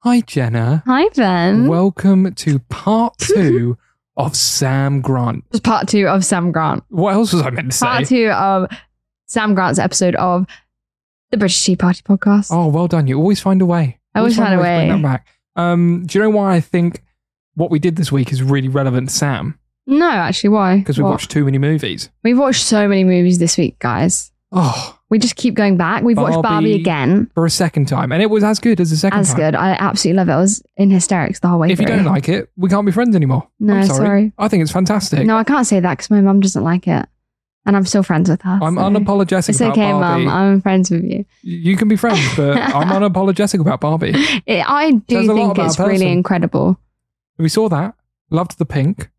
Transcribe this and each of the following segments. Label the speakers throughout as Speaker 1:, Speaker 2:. Speaker 1: Hi, Jenna.
Speaker 2: Hi, Ben.
Speaker 1: Welcome to part two of Sam Grant.
Speaker 2: It's part two of Sam Grant.
Speaker 1: What else was I meant to
Speaker 2: Part
Speaker 1: say?
Speaker 2: two of Sam Grant's episode of the British Tea Party podcast.
Speaker 1: Oh, well done. You always find a way.
Speaker 2: I always find a
Speaker 1: to bring
Speaker 2: way.
Speaker 1: that back. Um, do you know why I think what we did this week is really relevant to Sam?
Speaker 2: No, actually, why?
Speaker 1: Because we
Speaker 2: What?
Speaker 1: watched too many movies.
Speaker 2: We've watched so many movies this week, guys.
Speaker 1: Oh,
Speaker 2: We just keep going back. We've watched
Speaker 1: Barbie.
Speaker 2: Barbie again.
Speaker 1: for a second time. And it was as good as the second
Speaker 2: As
Speaker 1: time.
Speaker 2: good. I absolutely love it. I was in hysterics the whole way
Speaker 1: If you
Speaker 2: through.
Speaker 1: don't like it, we can't be friends anymore.
Speaker 2: No,
Speaker 1: I'm sorry.
Speaker 2: sorry.
Speaker 1: I think it's fantastic.
Speaker 2: No, I can't say that because my mum doesn't like it. And I'm still friends with her.
Speaker 1: I'm
Speaker 2: so.
Speaker 1: unapologetic
Speaker 2: It's
Speaker 1: about
Speaker 2: okay,
Speaker 1: Barbie.
Speaker 2: mum. I'm friends with you.
Speaker 1: You can be friends, but I'm unapologetic about Barbie.
Speaker 2: It, I do
Speaker 1: Says a lot
Speaker 2: think
Speaker 1: about a
Speaker 2: it's really
Speaker 1: person.
Speaker 2: incredible.
Speaker 1: We saw that, loved the pink,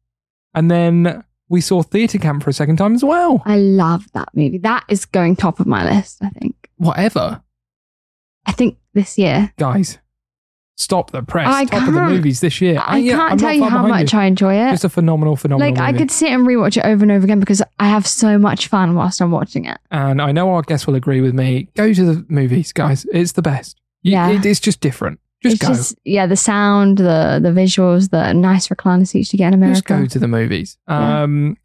Speaker 1: and then we saw Theatre Camp for a second time as well.
Speaker 2: I love that movie. That is going top of my list, I think.
Speaker 1: Whatever,
Speaker 2: I think this year.
Speaker 1: guys, stop the press.
Speaker 2: I
Speaker 1: Top of the
Speaker 2: can't-
Speaker 1: movies this year.
Speaker 2: I
Speaker 1: And yeah,
Speaker 2: can't
Speaker 1: I'm
Speaker 2: tell
Speaker 1: not
Speaker 2: you
Speaker 1: far
Speaker 2: how
Speaker 1: behind
Speaker 2: much
Speaker 1: you.
Speaker 2: I enjoy it.
Speaker 1: Just a phenomenal, phenomenal.
Speaker 2: Like I
Speaker 1: movie.
Speaker 2: could sit and rewatch it over and over again because I have so much fun whilst I'm watching it.
Speaker 1: and I know our guests will agree with me. Go to the movies, guys. It's the best. You-
Speaker 2: Yeah.
Speaker 1: it- it's just different. Just
Speaker 2: it's
Speaker 1: go.
Speaker 2: just yeah, the sound, the the visuals, the nice recliner seats you get in
Speaker 1: just
Speaker 2: America.
Speaker 1: go to the movies.
Speaker 2: Yeah.
Speaker 1: Um,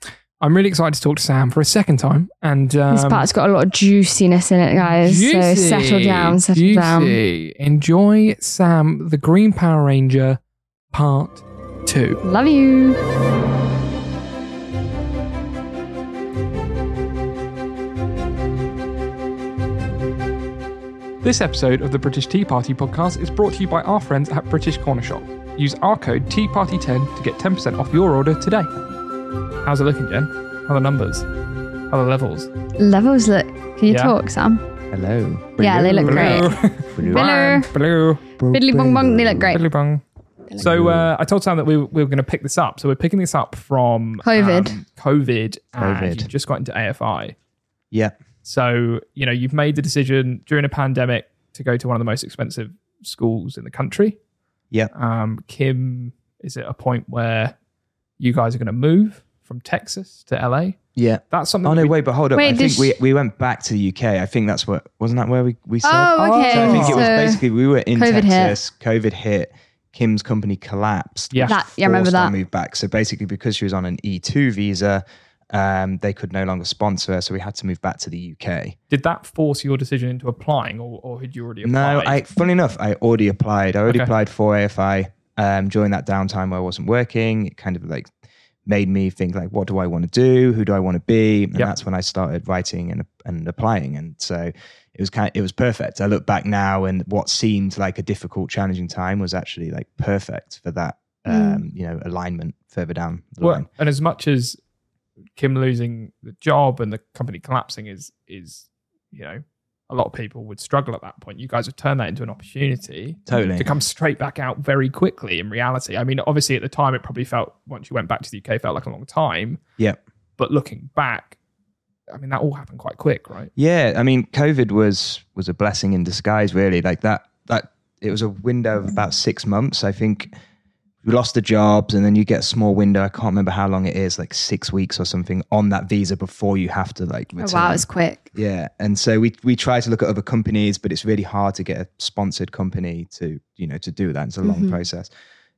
Speaker 1: I'm really excited to talk to Sam for a second time, and um,
Speaker 2: this part's got a lot of juiciness in it, guys. So
Speaker 1: Juicy,
Speaker 2: settle down, settle down.
Speaker 1: juicy. Enjoy Sam the Green Power Ranger part two.
Speaker 2: Love you.
Speaker 1: This episode of the British Tea Party podcast is brought to you by our friends at British Corner Shop. Use our code Tea Party 10 to get 10% off your order today. How's it looking, Jen? How are the numbers? How are the levels?
Speaker 2: Levels look. Can you
Speaker 1: Yeah.
Speaker 2: talk, Sam?
Speaker 3: Hello.
Speaker 2: Yeah, they look great.
Speaker 3: Blue.
Speaker 2: Hello.
Speaker 1: Blue.
Speaker 2: Biddly bong bong, they look great.
Speaker 1: Biddly bong. So uh, I told Sam that we, we were going to pick this up. So we're picking this up from
Speaker 2: COVID.
Speaker 1: um, COVID. and
Speaker 3: COVID.
Speaker 1: you've just got into AFI.
Speaker 3: Yeah.
Speaker 1: So, you know, you've made the decision during a pandemic to go to one of the most expensive schools in the country.
Speaker 3: Yeah.
Speaker 1: Um, Kim is at a point where you guys are going to move from Texas to LA.
Speaker 3: Yeah.
Speaker 1: That's something.
Speaker 3: Oh no!
Speaker 1: we-
Speaker 3: Wait, but hold up.
Speaker 2: Mm. Wait,
Speaker 3: I
Speaker 2: did
Speaker 3: think
Speaker 2: sh-
Speaker 3: we, we went back to the UK. I think that's what wasn't that where we we saw.
Speaker 2: Oh, okay.
Speaker 3: So I think it was
Speaker 2: so-
Speaker 3: basically we were in
Speaker 2: COVID hit.
Speaker 3: Texas. COVID hit. Kim's company collapsed.
Speaker 1: Yeah.
Speaker 2: That- yeah, I remember
Speaker 3: forced our
Speaker 2: that.
Speaker 3: Move back. So basically, because she was on an E two visa, um, they could no longer sponsor her, so we had to move back to the UK.
Speaker 1: did that force your decision into applying, or, or had you already
Speaker 3: No,
Speaker 1: applied?
Speaker 3: I. Funny enough, I already applied. I already
Speaker 1: Okay.
Speaker 3: applied for AFI um, during that downtime where I wasn't working. It kind of like made me think like, what do I want to do? Who do I want to be? And
Speaker 1: Yep.
Speaker 3: that's when I started writing and and applying. And so it was kind. It was perfect. I look back now, and what seemed like a difficult, challenging time was actually like perfect for that.
Speaker 2: Mm.
Speaker 3: Um, you know, alignment further down the line.
Speaker 1: Hmm. Well, and as much as Kim losing the job and the company collapsing is is you know a lot of people would struggle at that point. You guys have turned that into an opportunity
Speaker 3: Totally.
Speaker 1: to come straight back out very quickly. In reality, I mean, obviously at the time it probably felt once you went back to the UK it felt like a long time.
Speaker 3: Yeah.
Speaker 1: But looking back, I mean that all happened quite quick, right?
Speaker 3: Yeah, I mean, COVID was was a blessing in disguise, really. Like that that it was a window of about six months. I think we lost the jobs, and then you get a small window. I can't remember how long it is, like six weeks or something, on that visa before you have to like
Speaker 2: Oh,
Speaker 3: return.
Speaker 2: wow, it's quick.
Speaker 3: yeah, and so we we try to look at other companies, but it's really hard to get a sponsored company to you know to do that. It's a long
Speaker 2: Mhm.
Speaker 3: process.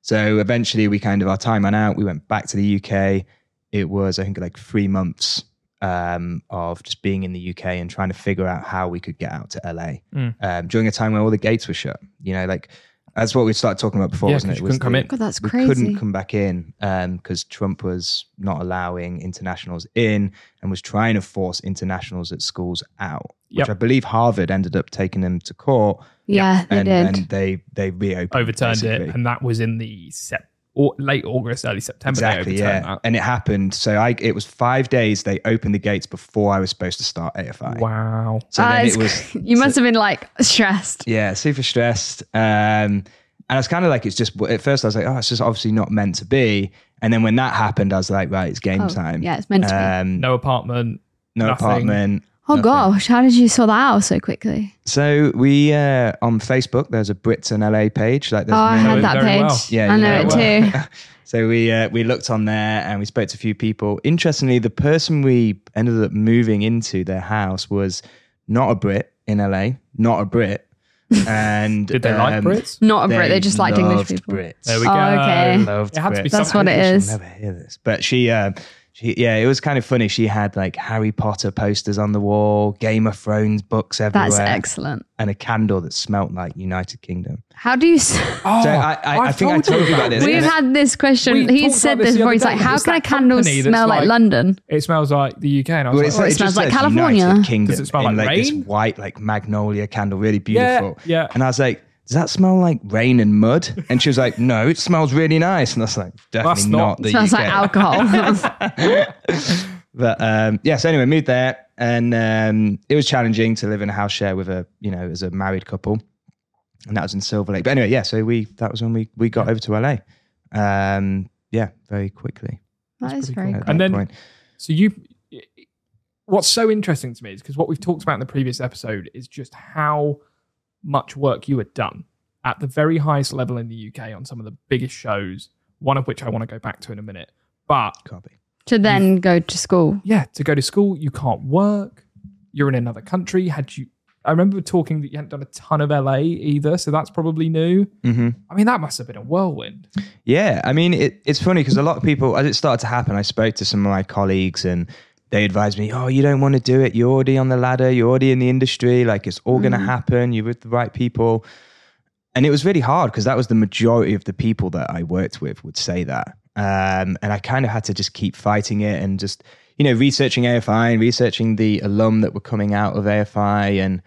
Speaker 3: So eventually, we kind of our time ran out. We went back to the UK. It was I think like three months um, of just being in the UK and trying to figure out how we could get out to LA
Speaker 1: Mm.
Speaker 3: um, during a time when all the gates were shut. You know, like that's what we started talking about before,
Speaker 1: Yeah,
Speaker 3: wasn't
Speaker 1: 'cause
Speaker 3: it?
Speaker 1: you
Speaker 3: Was
Speaker 1: couldn't come
Speaker 3: the-
Speaker 1: in.
Speaker 2: God, that's
Speaker 3: we
Speaker 2: crazy.
Speaker 3: couldn't come back in because Trump was not allowing internationals in and was trying to force internationals at schools out,
Speaker 1: Yep.
Speaker 3: which I believe Harvard ended up taking them to court
Speaker 2: yeah, they
Speaker 3: and,
Speaker 2: did.
Speaker 3: and they they reopened,
Speaker 1: Overturned
Speaker 3: basically.
Speaker 1: it, and that was in the sep- or late August, early September. they
Speaker 3: Exactly, yeah,
Speaker 1: overturned
Speaker 3: and it happened. So I, it was five days. They opened the gates before I was supposed to start AFI.
Speaker 1: That. Wow.
Speaker 3: So
Speaker 2: Ah,
Speaker 3: then
Speaker 2: it's
Speaker 3: it was
Speaker 2: cra- you must have been like stressed.
Speaker 3: Yeah, super stressed. Um, and I was kind of like, it's just at first I was like, oh, it's just obviously not meant to be. And then when that happened, I was like, right, it's game
Speaker 2: Oh,
Speaker 3: time.
Speaker 2: yeah, it's meant to be.
Speaker 3: Um, no
Speaker 1: No apartment. nothing.
Speaker 3: apartment.
Speaker 2: Oh
Speaker 3: nothing.
Speaker 2: gosh, how did you sort that out so quickly?
Speaker 3: So we uh, on Facebook, there's a Brits in LA page. Like, there's
Speaker 2: oh, I
Speaker 3: many-
Speaker 1: it
Speaker 2: had that
Speaker 1: very
Speaker 2: page.
Speaker 1: well.
Speaker 3: Yeah,
Speaker 2: I
Speaker 3: you
Speaker 2: know
Speaker 1: know
Speaker 2: it
Speaker 1: it
Speaker 2: too.
Speaker 3: So we uh, we looked on there and we spoke to a few people. Interestingly, the person we ended up moving into their house was not a Brit in LA, not a Brit, And
Speaker 1: Did they like
Speaker 3: um,
Speaker 1: Brits?
Speaker 2: Not a Brit. They just liked English
Speaker 3: loved
Speaker 2: people.
Speaker 3: Brits.
Speaker 1: There we
Speaker 2: Oh,
Speaker 1: go.
Speaker 2: okay.
Speaker 1: It had to be
Speaker 2: That's
Speaker 1: something.
Speaker 2: what it
Speaker 3: She'll
Speaker 2: is.
Speaker 3: never hear this. But she, uh, she, yeah, it was kind of funny. She had like Harry Potter posters on the wall, Game of Thrones books everywhere,
Speaker 2: That's excellent.
Speaker 3: and a candle that smelt like United Kingdom.
Speaker 2: How do you? S-
Speaker 1: Oh,
Speaker 3: So I- I- I
Speaker 1: I've
Speaker 3: think I told you about this.
Speaker 2: We've
Speaker 3: Yeah.
Speaker 2: had this
Speaker 1: We
Speaker 2: question. He
Speaker 1: talked
Speaker 2: said
Speaker 1: about
Speaker 2: this
Speaker 1: this the
Speaker 2: before.
Speaker 1: other
Speaker 2: He's
Speaker 1: day.
Speaker 2: like, "How
Speaker 1: It's
Speaker 2: can a
Speaker 1: that
Speaker 2: candle
Speaker 1: company that's
Speaker 2: smell like,
Speaker 1: like-
Speaker 2: London?"
Speaker 1: It smells like the UK, and I was
Speaker 3: Well,
Speaker 1: like,
Speaker 3: it's
Speaker 1: oh,
Speaker 3: like,
Speaker 2: it
Speaker 3: it just
Speaker 2: smells like
Speaker 3: says
Speaker 2: California.
Speaker 3: United Kingdom
Speaker 1: Does it smell
Speaker 3: in
Speaker 1: like
Speaker 3: like this
Speaker 1: rain?
Speaker 3: white like magnolia candle, really
Speaker 1: Yeah,
Speaker 3: beautiful.
Speaker 1: yeah.
Speaker 3: And I was like, does that smell like rain and mud? And she was like, no, it smells really nice. And I was like, definitely
Speaker 1: Must not.
Speaker 3: not. the
Speaker 2: Smells like
Speaker 3: UK.
Speaker 2: alcohol.
Speaker 3: But um, yeah, so anyway, moved there, and um, it was challenging to live in a house share with a you know as a married couple, and that was in Silver Lake. But anyway, yeah, so we that was when we we got over to LA. Um, yeah, very quickly.
Speaker 2: that is
Speaker 1: pretty
Speaker 2: very
Speaker 1: cool.
Speaker 2: cool.
Speaker 1: And then-
Speaker 3: point.
Speaker 1: So you, what's so interesting to me is because what we've talked about in the previous episode is just how much work you had done at the very highest level in the UK on some of the biggest shows. One of which I want to go back to in a minute. But
Speaker 3: copy.
Speaker 2: to then go to school.
Speaker 1: yeah, to go to school, you can't work. You're in another country. Had you, I remember talking that you hadn't done a ton of LA either, so that's probably new.
Speaker 3: Mm-hmm.
Speaker 1: I mean, that must have been a whirlwind.
Speaker 3: Yeah, I mean, it, it's funny because a lot of people, as it started to happen, I spoke to some of my colleagues and they advised me, oh, you don't want to do it. You're already on the ladder. You're already in the industry. Like, it's all going to happen. You're with the right people. And it was really hard because that was the majority of the people that I worked with would say that. Um, and I kind of had to just keep fighting it and just, you know, researching AFI and researching the alum that were coming out of AFI. And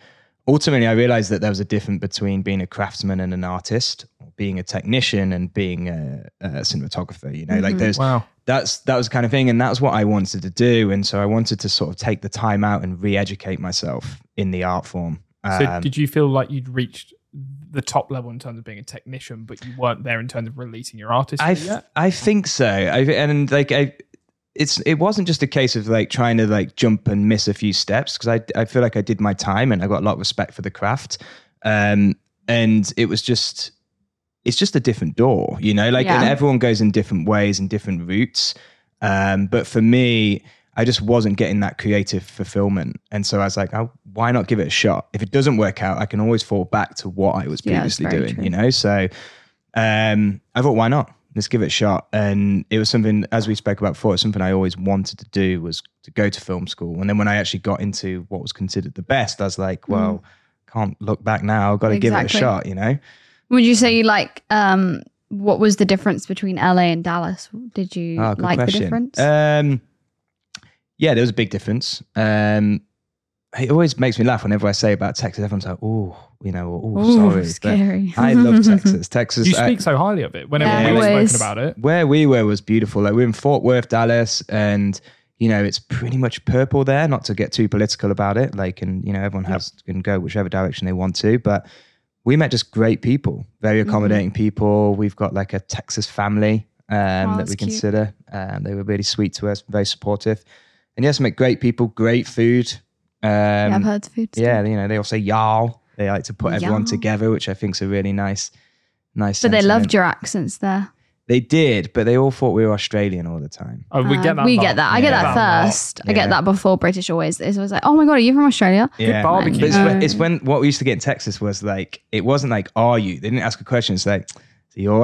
Speaker 3: ultimately, I realized that there was a difference between being a craftsman and an artist, or being a technician and being a, a cinematographer. You know, like there's
Speaker 1: Wow.
Speaker 3: that's that was the kind of thing, and that's what I wanted to do. And so I wanted to sort of take the time out and re-educate myself in the art form.
Speaker 1: So
Speaker 3: Um,
Speaker 1: did you feel like you'd reached the top level in terms of being a technician, but you weren't there in terms of releasing your artistry
Speaker 3: I,
Speaker 1: yet?
Speaker 3: f- I think so. I, and like I, it's it wasn't just a case of like trying to like jump and miss a few steps because I I feel like I did my time and I got a lot of respect for the craft. Um, and it was just it's just a different door, you know. Like and
Speaker 2: Yeah.
Speaker 3: everyone goes in different ways and different routes. Um, but for me. I just wasn't getting that creative fulfillment. And so I was like, oh, why not give it a shot? If it doesn't work out, I can always fall back to what I was
Speaker 2: Yeah, that's
Speaker 3: previously
Speaker 2: very
Speaker 3: doing,
Speaker 2: true.
Speaker 3: you know? So um, I thought, why not? Let's give it a shot. And it was something, as we spoke about before, it's something I always wanted to do was to go to film school. And then when I actually got into what was considered the best, I was like, well, can't look back now. I've got to give it
Speaker 2: Hmm. Exactly.
Speaker 3: a shot, you know?
Speaker 2: Would you say you like um what was the difference between LA and Dallas? Did you
Speaker 3: Ah, good
Speaker 2: like
Speaker 3: question.
Speaker 2: the difference?
Speaker 3: Um, yeah, there was a big difference. Um, it always makes me laugh whenever I say about Texas. Everyone's like, oh, you know, or,
Speaker 2: Ooh,
Speaker 3: oh, sorry.
Speaker 2: scary.
Speaker 3: But I love Texas. Texas.
Speaker 1: You
Speaker 3: I-
Speaker 1: speak so highly of it whenever
Speaker 2: Yeah,
Speaker 1: we've
Speaker 2: always.
Speaker 1: spoken about it.
Speaker 3: where we were was beautiful. Like we're in Fort Worth, Dallas, and you know it's pretty much purple there. Not to get too political about it, like and you know everyone has can go whichever direction they want to. But we met just great people, very
Speaker 2: Mm-hmm.
Speaker 3: accommodating people. We've got like a Texas family um, that
Speaker 2: Oh, that's
Speaker 3: we
Speaker 2: cute.
Speaker 3: consider. Um, they were really sweet to us, very supportive, and yes, met great people, great food. Um,
Speaker 2: yeah,
Speaker 3: yeah,
Speaker 2: I've heard the food. stuff.
Speaker 3: you know they all say y'all. They like to put everyone
Speaker 2: Y'all.
Speaker 3: together, which I think's a really nice, nice.
Speaker 2: But they
Speaker 3: sentiment.
Speaker 2: loved your accents there.
Speaker 3: They did, but they all thought we were Australian all the time.
Speaker 1: Oh, we
Speaker 2: Uh,
Speaker 1: get that.
Speaker 2: We
Speaker 1: a lot.
Speaker 2: get that. I get
Speaker 3: Yeah.
Speaker 1: a
Speaker 2: that
Speaker 1: lot.
Speaker 2: first. I get
Speaker 3: Yeah.
Speaker 2: that before British always. It's always like, oh my god, are you from Australia?
Speaker 1: Good barbecue.
Speaker 3: But it's,
Speaker 2: No.
Speaker 3: when, it's when what we used to get in Texas was like, it wasn't like, are you? They didn't ask a question. It's like, so you're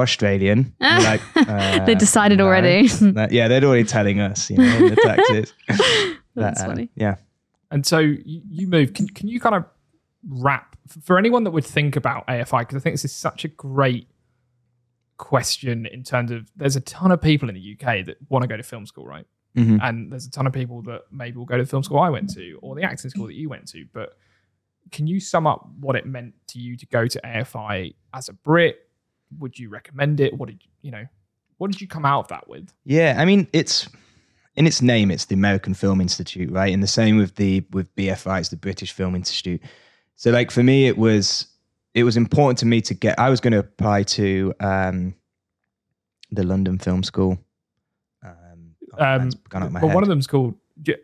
Speaker 3: Australian. And we're like, uh,
Speaker 2: they decided
Speaker 3: no.
Speaker 2: already.
Speaker 3: No, yeah, they're already telling us, you know, in the Texas.
Speaker 2: That's
Speaker 3: But, uh,
Speaker 2: funny.
Speaker 3: Yeah.
Speaker 1: And so you you move. Can, can you kind of wrap for anyone that would think about AFI? Because I think this is such a great question in terms of there's a ton of people in the UK that want to go to film school, right?
Speaker 3: Mhm.
Speaker 1: And there's a ton of people that maybe will go to the film school I went to or the acting school that you went to. But can you sum up what it meant to you to go to AFI as a Brit? Would you recommend it? What did you, you know? What did you come out of that with?
Speaker 3: Yeah, I mean it's in its name, it's the American Film Institute, right? And the same with the with BFI, it's the British Film Institute. So like for me, it was it was important to me to get. I was going to apply to um, the London Film School. Um, oh,
Speaker 1: Um,
Speaker 3: that's gone out my
Speaker 1: but
Speaker 3: head.
Speaker 1: one of them's called.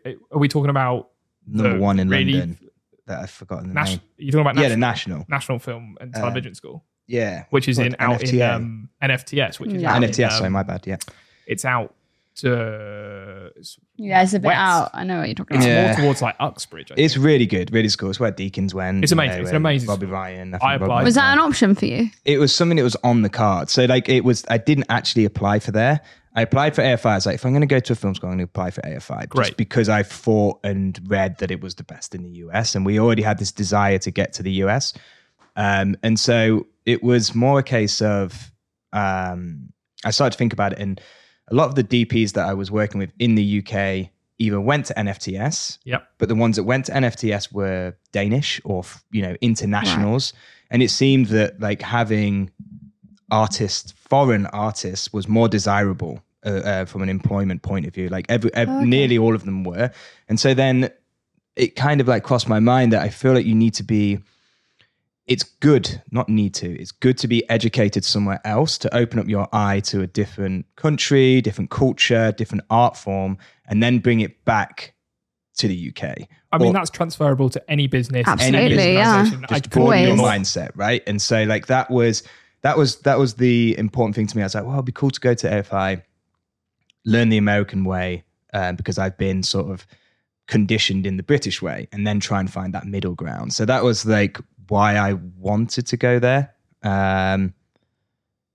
Speaker 1: Are we talking about
Speaker 3: number
Speaker 1: the
Speaker 3: one in
Speaker 1: really
Speaker 3: London that I've forgotten the
Speaker 1: National,
Speaker 3: name.
Speaker 1: you're talking about
Speaker 3: Yeah, the
Speaker 1: national,
Speaker 3: national.
Speaker 1: national film and
Speaker 3: Uh,
Speaker 1: television school,
Speaker 3: Yeah,
Speaker 1: which is
Speaker 3: what,
Speaker 1: in out in
Speaker 3: NFTA?
Speaker 1: um, NFTS, which is
Speaker 2: Yeah.
Speaker 1: out in,
Speaker 3: NFTS.
Speaker 1: um,
Speaker 3: sorry, my bad. Yeah,
Speaker 1: it's out to it's,
Speaker 2: Yeah, it's a bit
Speaker 1: West.
Speaker 2: out. I know what you're talking
Speaker 1: it's
Speaker 2: about.
Speaker 3: Yeah.
Speaker 1: more towards like Uxbridge. I, think.
Speaker 3: It's really good, really cool. It's where Deacons went.
Speaker 1: It's
Speaker 3: you
Speaker 1: amazing. It's an
Speaker 3: and
Speaker 1: amazing
Speaker 3: Bobby
Speaker 1: school.
Speaker 3: Ryan.
Speaker 1: I
Speaker 3: think Bobby
Speaker 1: applied.
Speaker 3: Ryan.
Speaker 2: Was that an option for you?
Speaker 3: It was something that was on the card. So like it was. I didn't actually apply for there. I applied for AFI. I was like, if I'm going to go to a film school, I'm going to apply for AFI.
Speaker 1: Great.
Speaker 3: Just because I thought and read that it was the best in the US, and we already had this desire to get to the US. Um, and so it was more a case of um, I started to think about it, and a lot of the DPs that I was working with in the UK either went to NFTS,
Speaker 1: Yep.
Speaker 3: but the ones that went to NFTS were Danish or f- you know internationals, and it seemed that like having artists, foreign artists, was more desirable. Uh, uh, from an employment point of view, like every, ev-
Speaker 2: Oh, okay.
Speaker 3: nearly all of them were, and so then it kind of like crossed my mind that I feel like you need to be it's good, not need to, it's good to be educated somewhere else to open up your eye to a different country, different culture, different art form, and then bring it back to the UK.
Speaker 1: I mean,
Speaker 3: Or
Speaker 1: that's transferable to any business.
Speaker 2: Absolutely,
Speaker 1: any business
Speaker 2: yeah.
Speaker 1: organization. I
Speaker 3: just
Speaker 1: couldn't
Speaker 3: broaden your
Speaker 1: miss-
Speaker 2: Always.
Speaker 3: mindset, right? And so like that was that was that was the important thing to me. I was like, well, it'd be cool to go to AFI, learn the American way, um, because I've been sort of conditioned in the British way, and then try and find that middle ground. So that was like why I wanted to go there. Um,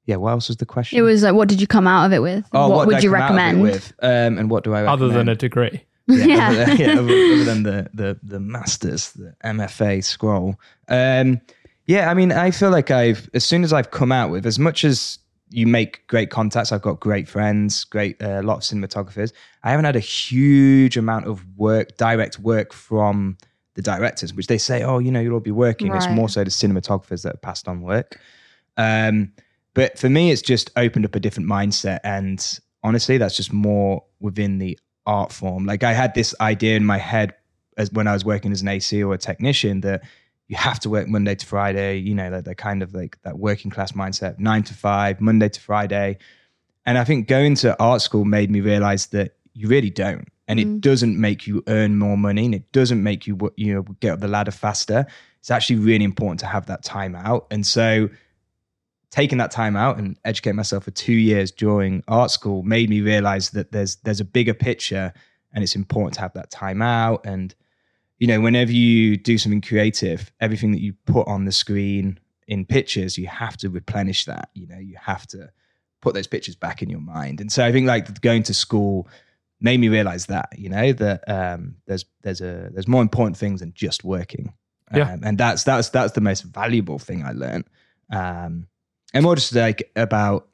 Speaker 3: yeah, what else was the question?
Speaker 2: It was like, what did you come out of it with?
Speaker 3: Oh,
Speaker 2: what,
Speaker 3: did I
Speaker 2: would you
Speaker 3: come out of
Speaker 2: recommend?
Speaker 3: it with? Um, and what do I recommend?
Speaker 1: Other than a degree.
Speaker 3: yeah,
Speaker 2: Yeah.
Speaker 3: Other, than, yeah, other, other than the, the the masters, the MFA scroll. Um, yeah, I mean, I feel like I've as soon as I've come out with as much as you make great contacts, I've got great friends, great a lot of cinematographers. I haven't had a huge amount of work, direct work from the directors, which they say, oh, you know, you'll all be working. It's
Speaker 2: Right.
Speaker 3: more so the cinematographers that have passed on work. Um, but for me, it's just opened up a different mindset. And honestly, that's just more within the art form. Like I had this idea in my head as when I was working as an AC or a technician that you have to work Monday to Friday, you know, that, that kind of like that working class mindset, nine to five, Monday to Friday. And I think going to art school made me realize that you really don't. And it
Speaker 2: Mm.
Speaker 3: doesn't make you earn more money and it doesn't make you, wo- you know, get up the ladder faster. It's actually really important to have that time out. And so, taking that time out and educate myself for two years during art school made me realize that there's there's a bigger picture and it's important to have that time out and you know whenever you do something creative everything that you put on the screen in pictures you have to replenish that you know you have to put those pictures back in your mind and so i think like going to school made me realize that you know that um there's there's a there's more important things than just working
Speaker 1: Yeah.
Speaker 3: Um, and that's that's that's the most valuable thing i learned um and more just like about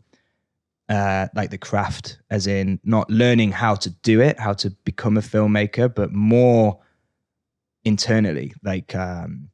Speaker 3: uh like the craft as in not learning how to do it how to become a filmmaker but more internally like um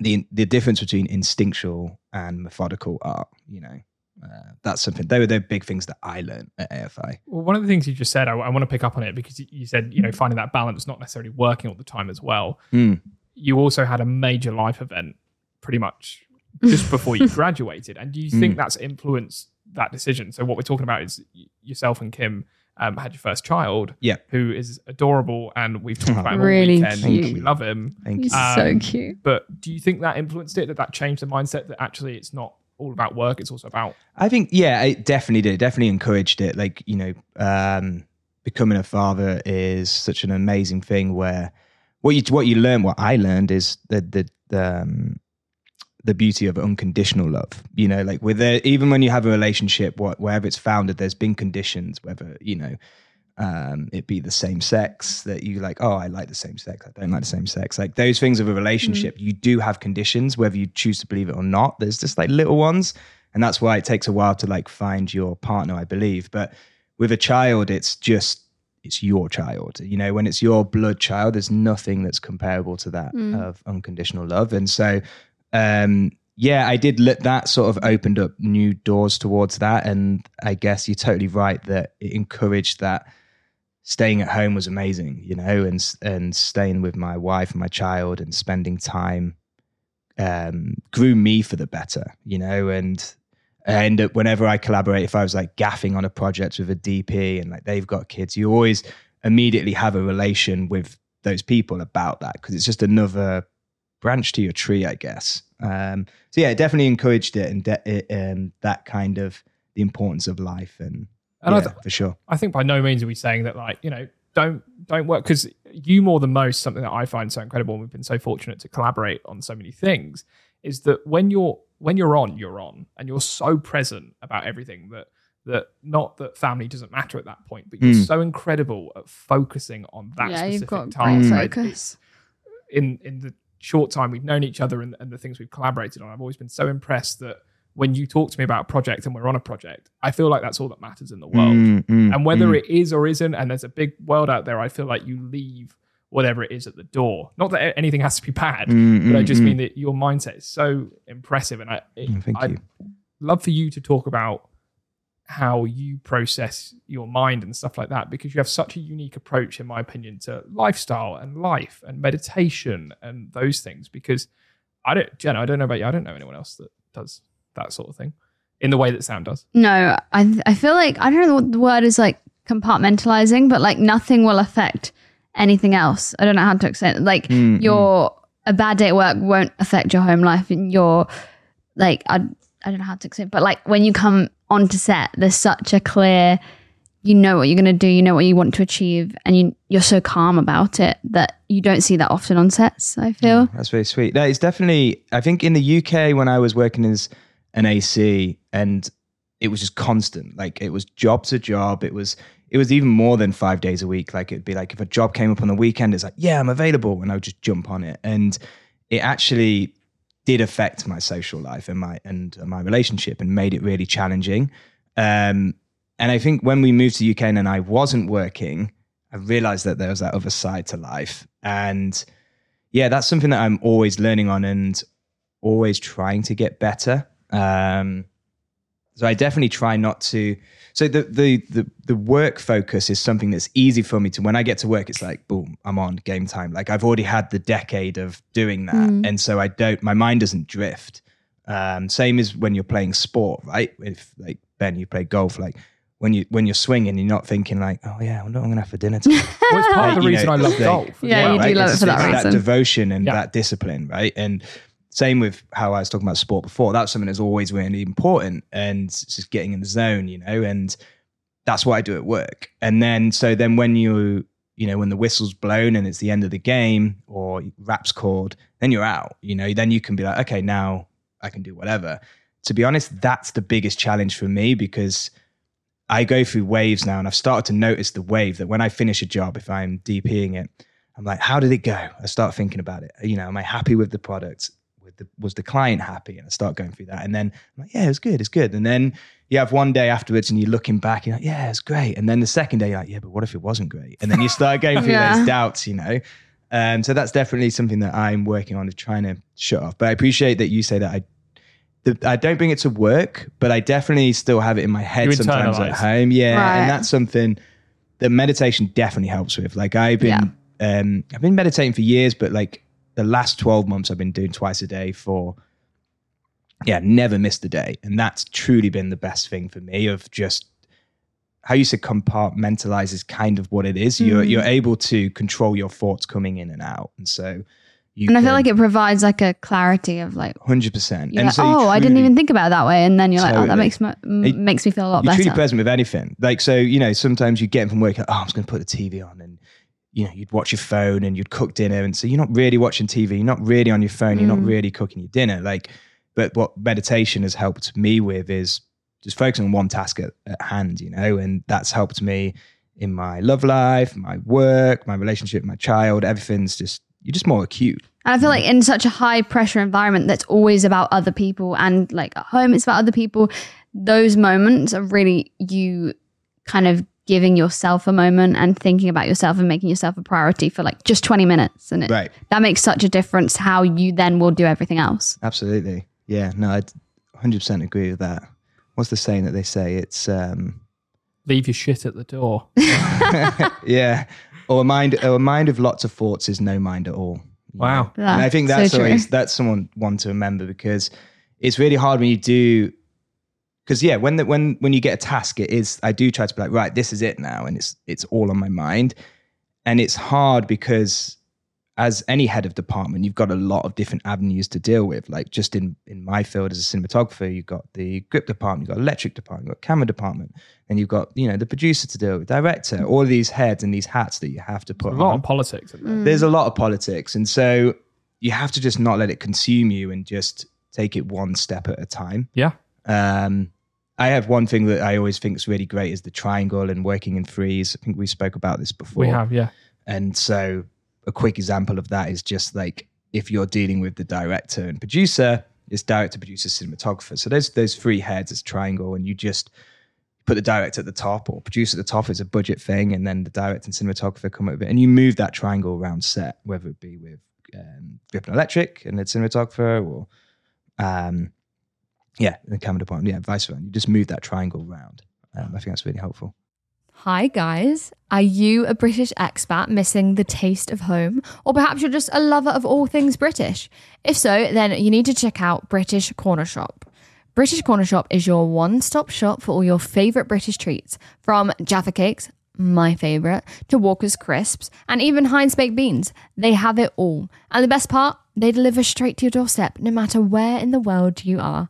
Speaker 3: the the difference between instinctual and methodical art you know uh, that's something they were the big things that i learned at afi
Speaker 1: Well, one of the things you just said, I, want to pick up on it because you said, you know, finding that balance, not necessarily working all the time as well.
Speaker 3: Mm.
Speaker 1: You also had a major life event pretty much just before you graduated. And do you think
Speaker 3: Mm.
Speaker 1: that's influenced that decision? So, what we're talking about is y- yourself and Kim um, had your first child,
Speaker 3: Yeah.
Speaker 1: who is adorable. And we've talked about him
Speaker 2: Really
Speaker 1: all weekend.
Speaker 3: cute.
Speaker 1: We love him.
Speaker 3: thank you
Speaker 2: He's so
Speaker 1: Um,
Speaker 2: cute.
Speaker 1: But do you think that influenced it, that that changed the mindset that actually it's not all about work, it's also about
Speaker 3: I think yeah, it definitely did. It definitely encouraged it. Like you know, um, becoming a father is such an amazing thing. Where what you what you learn, what I learned is the the um, the beauty of unconditional love. You know, like with there, even when you have a relationship, what wherever it's founded, there's been conditions. Whether you know, um, it be the same sex that you like, oh, I like the same sex, I don't like the same sex. Like those things of a relationship, you do have conditions, whether you choose to believe it or not. There's just like little ones. And that's why it takes a while to like find your partner, I believe. But with a child, it's just, it's your child. You know, when it's your blood child, there's nothing that's comparable to that
Speaker 2: Mm.
Speaker 3: of unconditional love. And so, um, yeah, I did let that sort of opened up new doors towards that. And I guess you're totally right that it encouraged that staying at home was amazing, you know, and and staying with my wife and my child and spending time um, grew me for the better, you know, and I end up whenever I collaborate, if I was like gaffing on a project with a DP and like they've got kids, you always immediately have a relation with those people about that because it's just another branch to your tree, I guess. Um, so yeah, it definitely encouraged it and de- it, um, that kind of the importance of life and
Speaker 1: And I,
Speaker 3: yeah,
Speaker 1: th-
Speaker 3: for sure.
Speaker 1: I think by no means are we saying that like you know don't don't work because you more than most something that I find so incredible and we've been so fortunate to collaborate on so many things is that when you're when you're on you're on and you're so present about everything that that not that family doesn't matter at that point but you're
Speaker 3: Mm.
Speaker 1: so incredible at focusing on that
Speaker 2: Yeah,
Speaker 1: specific
Speaker 2: you've got
Speaker 1: task
Speaker 2: great
Speaker 3: Mm.
Speaker 1: Like,
Speaker 2: focus.
Speaker 1: it's- in in the short time we've known each other and, and the things we've collaborated on I've always been so impressed that when you talk to me about a project and we're on a project I feel like that's all that matters in the world
Speaker 3: Mm, mm,
Speaker 1: and whether
Speaker 3: mm.
Speaker 1: it is or isn't, and there's a big world out there, I feel like you leave whatever it is at the door. Not that a- anything has to be bad,
Speaker 3: Mm,
Speaker 1: but I
Speaker 3: mm,
Speaker 1: just
Speaker 3: mm.
Speaker 1: mean that your mindset is so impressive. And I, it,
Speaker 3: Mm, thank
Speaker 1: I'd
Speaker 3: you.
Speaker 1: love for you to talk about how you process your mind and stuff like that, because you have such a unique approach, in my opinion, to lifestyle and life and meditation and those things. Because I don't, Jenna, I don't know about you. I don't know anyone else that does that sort of thing in the way that Sam does.
Speaker 2: No, I I feel like I don't know what the word is like compartmentalizing, but like nothing will affect anything else. I don't know how to explain. It. Like
Speaker 3: Mm,
Speaker 2: your a bad day at work won't affect your home life, and your like I I don't know how to explain. It, but like when you come onto set, there's such a clear, you know what you're gonna do, you know what you want to achieve, and you you're so calm about it that you don't see that often on sets. I feel.
Speaker 3: That's very sweet. No, it's definitely. I think in the UK when I was working as an AC, and it was just constant. Like it was job to job. It was it was even more than five days a week. Like it'd be like if a job came up on the weekend, it's like yeah, I'm available, and I would just jump on it. And it actually did affect my social life and my and my relationship, and made it really challenging. Um, and I think when we moved to the UK and then I wasn't working, I realized that there was that other side to life. And yeah, that's something that I'm always learning on and always trying to get better. Um, so I definitely try not to. So the, the the the work focus is something that's easy for me to. When I get to work, it's like boom, I'm on game time. Like I've already had the decade of doing that,
Speaker 2: Mm.
Speaker 3: and so I don't. My mind doesn't drift. Um, same as when you're playing sport, right? If like Ben, you play golf, like when you when you're swinging, you're not thinking like, oh yeah, I wonder what I'm gonna have for dinner today.
Speaker 1: Well, it's part of
Speaker 3: Like,
Speaker 1: the
Speaker 3: you
Speaker 1: reason
Speaker 3: know,
Speaker 1: I love
Speaker 3: they-
Speaker 1: golf. as
Speaker 2: Yeah,
Speaker 1: well.
Speaker 2: you do
Speaker 3: right?
Speaker 2: love it
Speaker 3: It's-
Speaker 2: for that
Speaker 3: it's
Speaker 2: reason.
Speaker 3: devotion and
Speaker 1: Yeah.
Speaker 3: that discipline, right? And same with how I was talking about sport before. That's something that's always really important, and it's just getting in the zone, you know. And that's what I do at work. And then so then when you you know when the whistle's blown and it's the end of the game or raps called, then you're out. You know, then you can be like, okay, now I can do whatever. To be honest, that's the biggest challenge for me because I go through waves now and I've started to notice the wave that when I finish a job, if I'm DPing it, I'm like, how did it go? I start thinking about it. You know, am I happy with the product? With the, was the client happy? And I start going through that. And then I'm like, yeah, it was good. It's good. And then you have one day afterwards and you're looking back, you're like, yeah, it's great. And then the second day, you're like, yeah, but what if it wasn't great? And then you start going through
Speaker 2: Yeah.
Speaker 3: those doubts, you know? Um, so that's definitely something that I'm working on, is trying to shut off. But I appreciate that you say that I the, I don't bring it to work, but I definitely still have it in my
Speaker 1: You
Speaker 3: head sometimes
Speaker 1: internalize.
Speaker 3: at home. Yeah,
Speaker 2: Right.
Speaker 3: and that's something that meditation definitely helps with. Like I've been, um, I've been meditating for years, but like the last twelve months, I've been doing twice a day for. Yeah, never missed a day, and that's truly been the best thing for me. Of just how you said compartmentalize is kind of what it is. You're
Speaker 2: Mhm.
Speaker 3: you're able to control your thoughts coming in and out, and so you.
Speaker 2: And I feel like it provides like a clarity of like,
Speaker 3: hundred percent.
Speaker 2: you're like, oh, I didn't even think about it that way. And then you're like, oh, that
Speaker 3: Totally.
Speaker 2: makes mo- m-
Speaker 3: It-
Speaker 2: makes me feel a lot
Speaker 3: you're truly
Speaker 2: better.
Speaker 3: present with anything. Like so, you know, sometimes you get from work, oh, I'm just going to put the TV on, and you know, you'd watch your phone and you'd cook dinner, and so you're not really watching TV, you're not really on your phone, you're not
Speaker 2: Mm.
Speaker 3: really cooking your dinner. Like, but what meditation has helped me with is just focusing on one task at, at hand, you know, and that's helped me in my love life, my work, my relationship, my child. Everything's just you're just more acute.
Speaker 2: And I feel like in such a high pressure environment that's always about other people and like at home it's about other people, those moments are really you kind of giving yourself a moment and thinking about yourself and making yourself a priority for like just 20 minutes. And it,
Speaker 3: Right.
Speaker 2: that makes such a difference how you then will do everything else.
Speaker 3: Absolutely. Yeah. No, I 100% agree with that. What's the saying that they say? It's um
Speaker 1: Leave your shit at the door.
Speaker 3: yeah. Or a mind or a mind of lots of thoughts is no mind at all. You
Speaker 1: Wow.
Speaker 3: know? And I think
Speaker 2: Ah, so
Speaker 3: that's
Speaker 2: true.
Speaker 3: always that's someone one to remember because it's really hard when you do because yeah, when the, when when you get a task, it is I do try to be like, right, this is it now, and it's it's all on my mind. And it's hard because as any head of department, you've got a lot of different avenues to deal with. Like just in in my field as a cinematographer, you've got the grip department, you've got electric department, you've got camera department, and you've got you know the producer to deal with, director, all of these heads and these hats that you have to put
Speaker 1: A lot
Speaker 3: on.
Speaker 1: of politics
Speaker 2: Mm.
Speaker 1: in there.
Speaker 3: There's a lot of politics, and so you have to just not let it consume you and just take it one step at a time.
Speaker 1: Yeah.
Speaker 3: Um, I have one thing that I always think is really great is the triangle and working in threes. I think we spoke about this before.
Speaker 1: We have, yeah.
Speaker 3: And so a quick example of that is just like if you're dealing with the director and producer, it's director, producer, cinematographer. So there's those three heads, it's triangle, and you just put the director at the top or producer at the top. It's a budget thing, and then the director and cinematographer come up with it, and you move that triangle around set, whether it be with um, Grip and Electric and the cinematographer, or um, yeah, the camera department, yeah, vice versa. You just move that triangle around. Um, I think that's really helpful.
Speaker 2: Hi, guys. Are you a British expat missing the taste of home? Or perhaps you're just a lover of all things British? If so, then you need to check out British Corner Shop. British Corner Shop is your one stop shop for all your favourite British treats, from Jaffa Cakes, my favourite, to Walker's Crisps, and even Heinz Baked Beans. They have it all. And the best part, they deliver straight to your doorstep, no matter where in the world you are.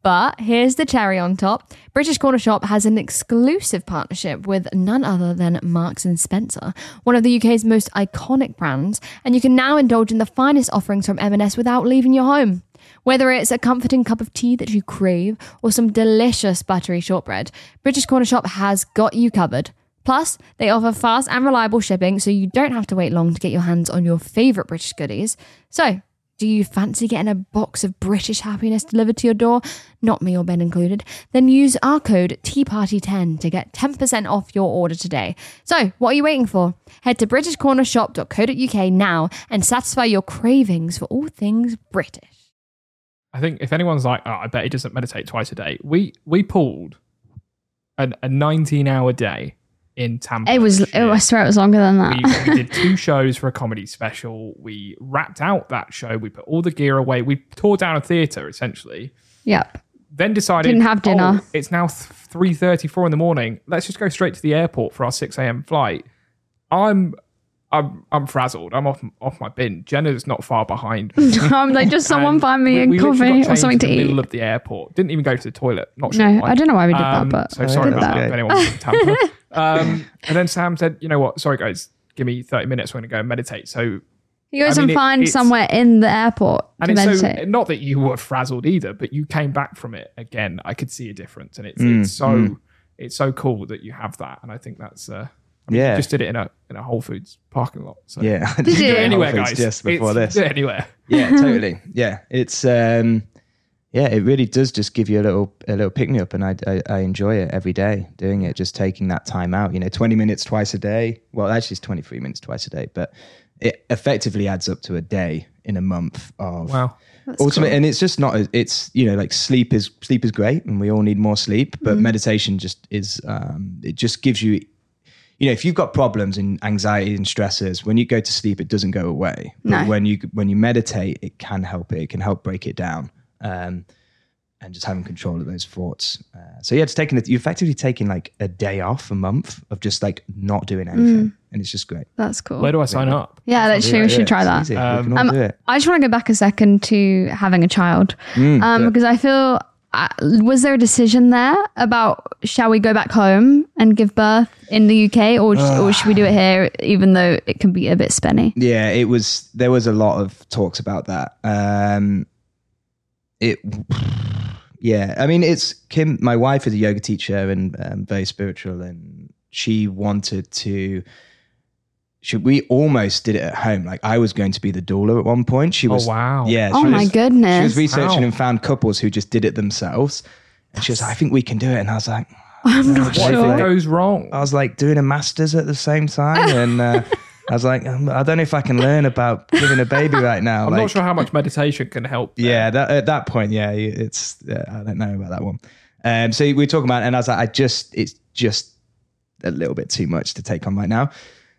Speaker 2: But here's the cherry on top. British Corner Shop has an exclusive partnership with none other than Marks and Spencer, one of the UK's most iconic brands, and you can now indulge in the finest offerings from M&S without leaving your home. Whether it's a comforting cup of tea that you crave or some delicious buttery shortbread, British Corner Shop has got you covered. Plus, they offer fast and reliable shipping so you don't have to wait long to get your hands on your favourite British goodies. So, do you fancy getting a box of British happiness delivered to your door? Not me or Ben included. Then use our code TEAPARTY10 to get 10% off your order today. So, what are you waiting for? Head to britishcornershop.co.uk now and satisfy your cravings for all things British.
Speaker 1: I think if anyone's like, oh, I bet he doesn't meditate twice a day, we we pulled an, a 19 hour day in Tampa.
Speaker 4: It was.
Speaker 1: this
Speaker 4: Oh,
Speaker 1: year.
Speaker 4: I swear it was longer than that.
Speaker 1: we, we did two shows for a comedy special. We wrapped out that show. We put all the gear away. We tore down a theater essentially.
Speaker 4: yep.
Speaker 1: Then decided
Speaker 4: Didn't have dinner.
Speaker 1: "Oh, it's now three thirty four in the morning. Let's just go straight to the airport for our six a.m. flight. I'm. I'm, I'm frazzled. I'm off off my bin. Jenna's not far behind.
Speaker 4: I'm like, just someone
Speaker 1: And
Speaker 4: find me
Speaker 1: we-
Speaker 4: a
Speaker 1: we literally got
Speaker 4: coffee or
Speaker 1: changed
Speaker 4: something
Speaker 1: in
Speaker 4: to
Speaker 1: the
Speaker 4: eat.
Speaker 1: Middle of the airport. Didn't even go to the toilet. Not sure.
Speaker 4: No,
Speaker 1: why.
Speaker 4: I don't know why we did
Speaker 1: Um,
Speaker 4: that, but
Speaker 1: so sorry
Speaker 3: did
Speaker 1: about that.
Speaker 3: that.
Speaker 1: If anyone from Tampa. um, and then Sam said, "You know what? Sorry guys, give me thirty minutes. We're gonna go and meditate." So
Speaker 4: he goes
Speaker 1: I mean,
Speaker 4: and
Speaker 1: it-
Speaker 4: finds
Speaker 1: it's-
Speaker 4: somewhere in the airport
Speaker 1: and
Speaker 4: to
Speaker 1: it's
Speaker 4: meditate.
Speaker 1: so not that you were frazzled either, but you came back from it again. I could see a difference, and it's it's
Speaker 3: Mm,
Speaker 1: so it's so cool that you have that, and I think that's uh, I mean,
Speaker 3: Yeah.
Speaker 1: you just did it in a in a Whole Foods parking lot. So
Speaker 3: Yeah.
Speaker 1: you can do it
Speaker 4: you?
Speaker 1: anywhere,
Speaker 3: Hopefully it's
Speaker 1: guys.
Speaker 3: Just before
Speaker 1: It's-
Speaker 3: this.
Speaker 1: you can do it anywhere.
Speaker 3: yeah totally yeah it's um yeah it really does just give you a little a little pick me up and I, I i enjoy it every day doing it just taking that time out you know 20 minutes twice a day well actually it's 23 minutes twice a day but it effectively adds up to a day in a month of
Speaker 1: Wow.
Speaker 3: ultimately and it's just not a- it's you know like sleep is sleep is great and we all need more sleep but
Speaker 4: Mm-hmm.
Speaker 3: meditation just is um it just gives you you know if you've got problems and anxiety and stresses when you go to sleep it doesn't go away
Speaker 4: No.
Speaker 3: but when you when you meditate it can help it it can help break it down um and just having control of those thoughts uh, so yeah it's taking it you're effectively taking like a day off a month of just like not doing anything and it's just great
Speaker 4: That's cool.
Speaker 1: Where do I sign up?
Speaker 4: yeah, literally, Mm. we
Speaker 3: Yeah,
Speaker 4: should try
Speaker 3: it's
Speaker 4: that.
Speaker 3: easy. we can all
Speaker 4: Um,
Speaker 3: do it
Speaker 4: I just want to go back a second to having a child
Speaker 1: Mm,
Speaker 4: um, because I feel uh, was there a decision there about shall we go back home and give birth in the UK or, or should we do it here even though it can be a bit spenny?
Speaker 3: Yeah, it was. There was a lot of talks about that. Um, it, yeah. I mean, it's Kim. My wife is a yoga teacher and um, very spiritual, and she wanted to. She, we almost did it at home. Like I was going to be the doula at one point. She
Speaker 1: Oh,
Speaker 3: was.
Speaker 1: wow.
Speaker 3: Yeah.
Speaker 4: Oh
Speaker 3: she
Speaker 4: my
Speaker 3: was- She
Speaker 4: goodness.
Speaker 3: was researching
Speaker 1: Wow.
Speaker 3: and found couples who just did it themselves, and she was. like, I think we can do it, and I was like.
Speaker 4: I'm not
Speaker 1: What if
Speaker 4: sure.
Speaker 1: it goes wrong?
Speaker 3: I was like doing a master's at the same time, and uh, I was like, um, I don't know if I can learn about giving a baby right now.
Speaker 1: I'm
Speaker 3: like,
Speaker 1: not sure how much meditation can help. there.
Speaker 3: Yeah, that, at that point, yeah, it's uh, I don't know about that one. Um, so we were talking about, it and I was like, I just it's just a little bit too much to take on right now.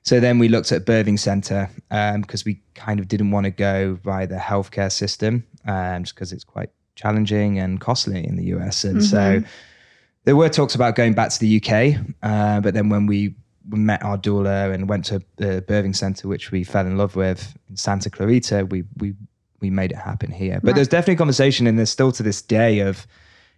Speaker 3: So then we looked at birthing center because we kind of didn't want to go by the healthcare system um, just because it's quite challenging and costly in the US. And so there were talks about going back to the UK, uh, but then when we we met our doula and went to the birthing center, which we fell in love with in Santa Clarita. We we we made it happen here. But there's definitely a conversation, and there's still to this day of,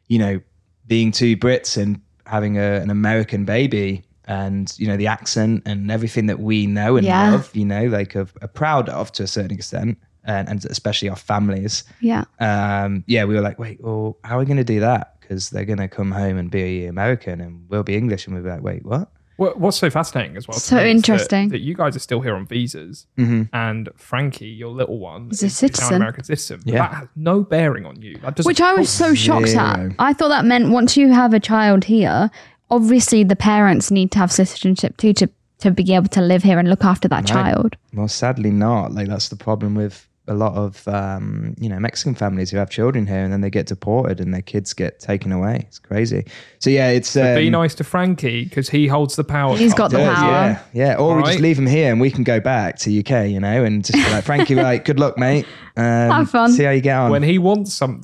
Speaker 3: you know, being two Brits and having a, an American baby, and you know the accent and everything that we know and
Speaker 2: Yeah.
Speaker 3: love. You know, like of are proud of to a certain extent, and, and especially our families
Speaker 2: Yeah.
Speaker 3: um, yeah, we were like, wait, well, how are we going to do that? Because they're going to come home and be American and we'll be English. And we'll be like, wait, what?
Speaker 1: What, what's so fascinating as well? to
Speaker 2: So
Speaker 1: me is that-
Speaker 2: interesting.
Speaker 1: that, you guys are still here on visas,
Speaker 3: Mm-hmm.
Speaker 1: and Frankie, your little one,
Speaker 2: Is a
Speaker 1: now
Speaker 2: citizen.
Speaker 1: an American citizen. But
Speaker 3: Yeah.
Speaker 1: that has no bearing on you. That doesn't.
Speaker 2: Which I was so shocked at.
Speaker 3: Zero.
Speaker 2: I thought that meant once you have a child here, obviously the parents need to have citizenship too to, to be able to live here and look after that child.
Speaker 3: Well, sadly not. Like, that's the problem with a lot of, um, you know, Mexican families who have children here and then they get deported and their kids get taken away. It's crazy. So, yeah, it's. Um,
Speaker 1: be nice to Frankie because he holds the power.
Speaker 2: He's got the
Speaker 3: does,
Speaker 2: power.
Speaker 3: Yeah, yeah. Or we just
Speaker 1: Alright.
Speaker 3: leave him here and we can go back to UK, you know, and just be like, Frankie, we're like, good luck, mate. Um, have
Speaker 2: fun.
Speaker 3: See how you get on.
Speaker 1: when he wants something,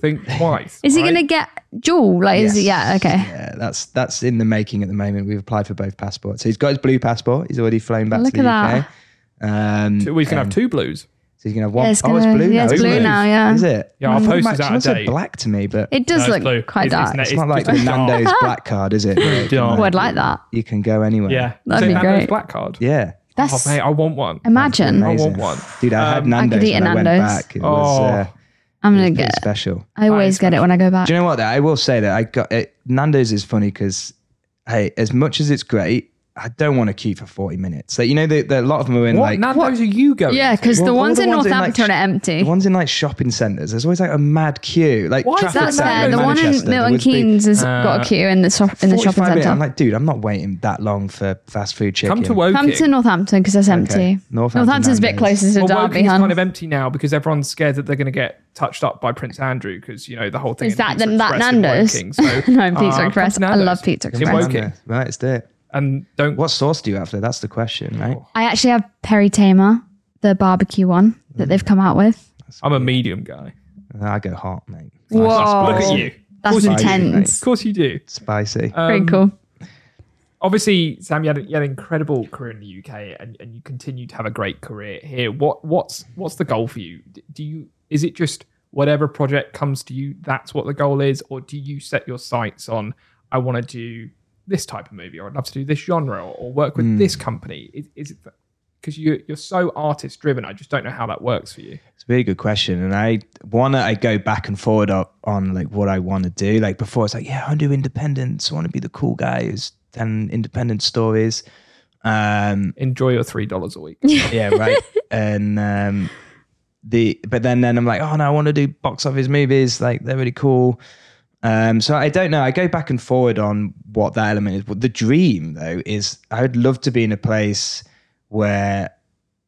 Speaker 1: think twice.
Speaker 2: Is he
Speaker 1: right?
Speaker 2: going to get dual? Like, is he, yeah,
Speaker 3: Yes.
Speaker 2: okay.
Speaker 3: Yeah, that's that's in the making at the moment. We've applied for both passports. So he's got his blue passport. He's already flown back
Speaker 2: Look
Speaker 3: to the
Speaker 2: at
Speaker 3: UK. Um,
Speaker 1: So we can have
Speaker 3: and-
Speaker 1: two blues.
Speaker 3: So he's gonna have one.
Speaker 2: Yeah, it's
Speaker 3: oh,
Speaker 2: gonna-
Speaker 3: it's blue
Speaker 2: yeah,
Speaker 3: now.
Speaker 2: it's
Speaker 3: isn't
Speaker 1: blue
Speaker 3: it?
Speaker 2: now, yeah.
Speaker 3: Is it?
Speaker 1: Yeah, our
Speaker 3: It
Speaker 1: post is
Speaker 3: looks-
Speaker 1: out
Speaker 3: it looks
Speaker 1: of
Speaker 3: like
Speaker 1: date.
Speaker 3: black to me, but
Speaker 2: It
Speaker 1: No,
Speaker 2: does
Speaker 1: it's
Speaker 2: look
Speaker 1: blue.
Speaker 2: quite
Speaker 1: It's-
Speaker 2: dark.
Speaker 1: it's-
Speaker 3: it's not like the
Speaker 1: it's dark.
Speaker 3: Nando's black card, is it? Like, you
Speaker 1: dark.
Speaker 2: I
Speaker 3: know,
Speaker 2: would Oh, like that.
Speaker 3: You can go anywhere.
Speaker 1: Yeah, Is
Speaker 2: That'd
Speaker 1: it
Speaker 2: be
Speaker 1: Nando's
Speaker 2: great. Um,
Speaker 1: Black card.
Speaker 3: yeah.
Speaker 1: Oh
Speaker 2: That's,
Speaker 1: mate, I want one.
Speaker 2: imagine.
Speaker 1: I
Speaker 3: Amazing.
Speaker 1: want one.
Speaker 3: Dude, I had Nando's
Speaker 2: eat a
Speaker 3: when I went
Speaker 2: Nando's.
Speaker 3: back. It was
Speaker 1: Oh.
Speaker 3: uh,
Speaker 2: I'm going to
Speaker 3: pretty
Speaker 2: get
Speaker 3: special.
Speaker 2: I always get it when I go back.
Speaker 3: Do you know what? Though? I will say that I got it. Nando's is funny because, hey, as much as it's great, I don't want to queue for forty minutes. Like you know, the, the, a lot of them are in
Speaker 1: What
Speaker 3: like
Speaker 1: Nando's are you going?
Speaker 2: yeah,
Speaker 1: to?
Speaker 2: because
Speaker 3: Well,
Speaker 2: the
Speaker 3: all
Speaker 2: ones
Speaker 3: the
Speaker 2: in
Speaker 3: ones in, like,
Speaker 2: Northampton are empty.
Speaker 3: the ones in like shopping centres. There's always like a mad queue. Like
Speaker 1: Why is
Speaker 3: traffic
Speaker 1: that
Speaker 2: That's
Speaker 1: That's
Speaker 3: centre
Speaker 2: fair.
Speaker 1: in
Speaker 2: The one in
Speaker 3: Manchester, there
Speaker 2: Milton
Speaker 3: would be
Speaker 2: Keynes has
Speaker 1: Uh,
Speaker 2: got a queue in the, so- in the
Speaker 3: 45
Speaker 2: shopping
Speaker 3: minutes. I'm
Speaker 2: centre.
Speaker 3: like, dude, I'm not waiting that long for fast food chicken.
Speaker 1: Come to Woking.
Speaker 2: Come to Northampton because that's empty.
Speaker 3: Northampton,
Speaker 2: Northampton's a bit
Speaker 3: Nando's.
Speaker 2: closer to
Speaker 1: well,
Speaker 2: Derby,
Speaker 1: Woking's
Speaker 2: hun.
Speaker 1: kind of empty now because everyone's scared that they're going to get touched up by Prince Andrew because you know the whole thing.
Speaker 2: Is
Speaker 1: in
Speaker 2: that
Speaker 1: Pizza
Speaker 2: the- that
Speaker 1: Express in
Speaker 2: Nando's?
Speaker 1: Woking, so,
Speaker 2: No, Pizza
Speaker 1: come to
Speaker 2: Express. I
Speaker 1: Nando's
Speaker 2: love Pizza
Speaker 1: in
Speaker 2: Express.
Speaker 1: Woking.
Speaker 3: Nando's. Right, let's do it.
Speaker 1: and don't
Speaker 3: What sauce do you have there? That's the question, right?
Speaker 1: Oh.
Speaker 2: I actually have Perry Tamer, the barbecue one that they've come out with.
Speaker 1: I'm a medium guy.
Speaker 3: I go hot, mate.
Speaker 2: Whoa.
Speaker 1: Look at you.
Speaker 2: Oh,
Speaker 1: Uh,
Speaker 2: That's
Speaker 1: Of course you do,
Speaker 2: intense.
Speaker 1: Of course you do.
Speaker 3: Spicy.
Speaker 2: Very cool.
Speaker 1: Obviously, Sam, you had, you had an incredible career in the UK, and, and you continue to have a great career here. What what's what's the goal for you? D- Do you is it just whatever project comes to you? That's what the goal is, or do you set your sights on? I want to do this type of movie, or I'd love to do this genre, or, or work with this company. Is, is it because you you're so artist driven? I just don't know how that works for you.
Speaker 3: It's a really good question, and I want to. I go back and forward up on like what I want to do. Like before, it's like yeah, I want to do independence. I want to be the cool guy who's telling independent stories. Um,
Speaker 1: Enjoy your three dollars a week.
Speaker 3: yeah, right. and um, the but then then I'm like, oh no, I want to do box office movies. Like they're really cool. Um, so I don't know. I go back and forward on what that element is. But the dream though is I would love to be in a place where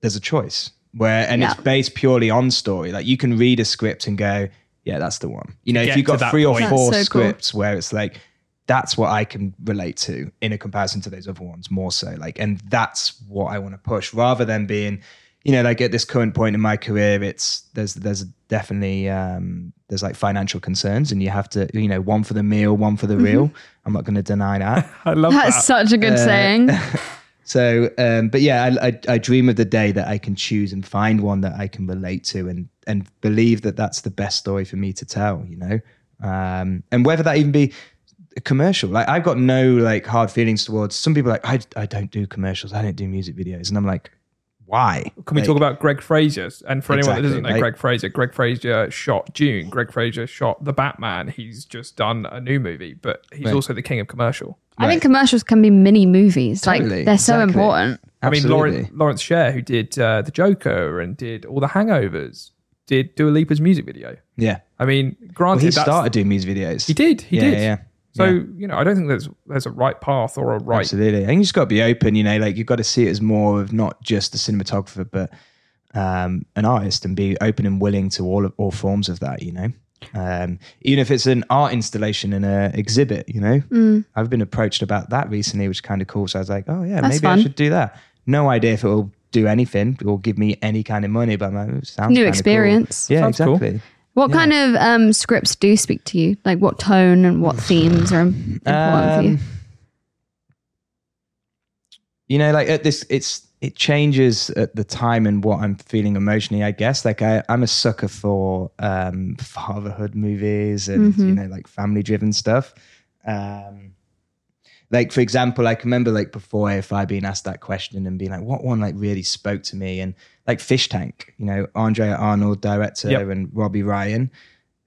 Speaker 3: there's a choice where and
Speaker 2: Yeah.
Speaker 3: it's based purely on story. Like you can read a script and go, yeah, that's the one. You know,
Speaker 1: Get
Speaker 3: if you've
Speaker 1: to that
Speaker 3: got three or
Speaker 1: point.
Speaker 2: That's
Speaker 3: four
Speaker 2: so cool.
Speaker 3: scripts where it's like that's what I can relate to in a comparison to those other ones more so. Like, and that's what I want to push rather than being, you know, like at this current point in my career, it's there's there's definitely um there's like financial concerns and you have to, you know, one for the meal, one for the real.
Speaker 2: Mm-hmm.
Speaker 3: I'm not gonna deny that.
Speaker 1: I love
Speaker 2: That's
Speaker 1: that.
Speaker 2: such a good
Speaker 3: uh,
Speaker 2: saying.
Speaker 3: So, um, but yeah, I, I, I dream of the day that I can choose and find one that I can relate to and and believe that that's the best story for me to tell. You know, um, and whether that even be a commercial, like I've got no like hard feelings towards some people. Are like I I don't do commercials. I don't do music videos, and I'm like, why?
Speaker 1: Can we talk about Greg Fraser? And for anyone that
Speaker 3: Exactly,
Speaker 1: doesn't know
Speaker 3: mate.
Speaker 1: Greg Fraser, Greg Fraser shot June. Greg Fraser shot The Batman. He's just done a new movie, but he's also the king of commercial.
Speaker 2: I think commercials can be mini movies.
Speaker 3: Totally,
Speaker 2: like they're so
Speaker 3: exactly.
Speaker 2: important.
Speaker 1: I mean, Lawrence,
Speaker 3: Absolutely.
Speaker 1: Lawrence Sher, who did uh, The Joker and did all the Hangovers, did Dua Lipa's music video.
Speaker 3: Yeah,
Speaker 1: I mean,
Speaker 3: well,
Speaker 1: granted,
Speaker 3: he
Speaker 1: that's-
Speaker 3: started doing music videos.
Speaker 1: He did. He
Speaker 3: Yeah,
Speaker 1: did.
Speaker 3: yeah, yeah.
Speaker 1: So you know, I don't think there's there's a right path or a right.
Speaker 3: Absolutely. I think you just got to be open, you know, like you've got to see it as more of not just a cinematographer, but um, an artist and be open and willing to all, all forms of that, you know? Um, even if it's an art installation and a exhibit, you know,
Speaker 2: Mm.
Speaker 3: I've been approached about that recently, which is kind of cool. So I was like, oh yeah,
Speaker 2: That's
Speaker 3: maybe
Speaker 2: fun.
Speaker 3: I should do that. No idea if it will do anything or give me any kind of money, but I'm like, "Ooh, sounds
Speaker 2: New
Speaker 3: kinda cool."
Speaker 2: experience.
Speaker 3: Yeah,
Speaker 1: Sounds cool.
Speaker 3: exactly.
Speaker 2: What kind of um, scripts do speak to you? Like what tone and what themes are im- important for you?
Speaker 3: Um, you know like at this it's it changes at the time and what i'm feeling emotionally i guess like I, i'm a sucker for um fatherhood movies and you know like family driven stuff um like for example like, i can remember like before afi being asked that question and being like what one like really spoke to me and like fish tank you know andrea arnold director
Speaker 1: Yep.
Speaker 3: and robbie ryan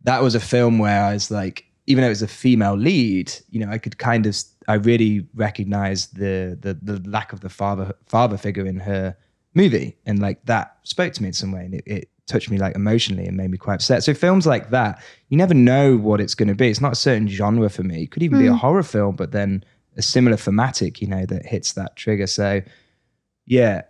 Speaker 3: that was a film where I was like, even though it was a female lead, you know, I could kind of, I really recognized the the, the lack of the father father figure in her movie, and like that spoke to me in some way, and it, it touched me like emotionally and made me quite upset. So films like that, you never know what it's going to be. It's not a certain genre for me. It could even be a horror film, but then a similar thematic, you know, that hits that trigger. So yeah,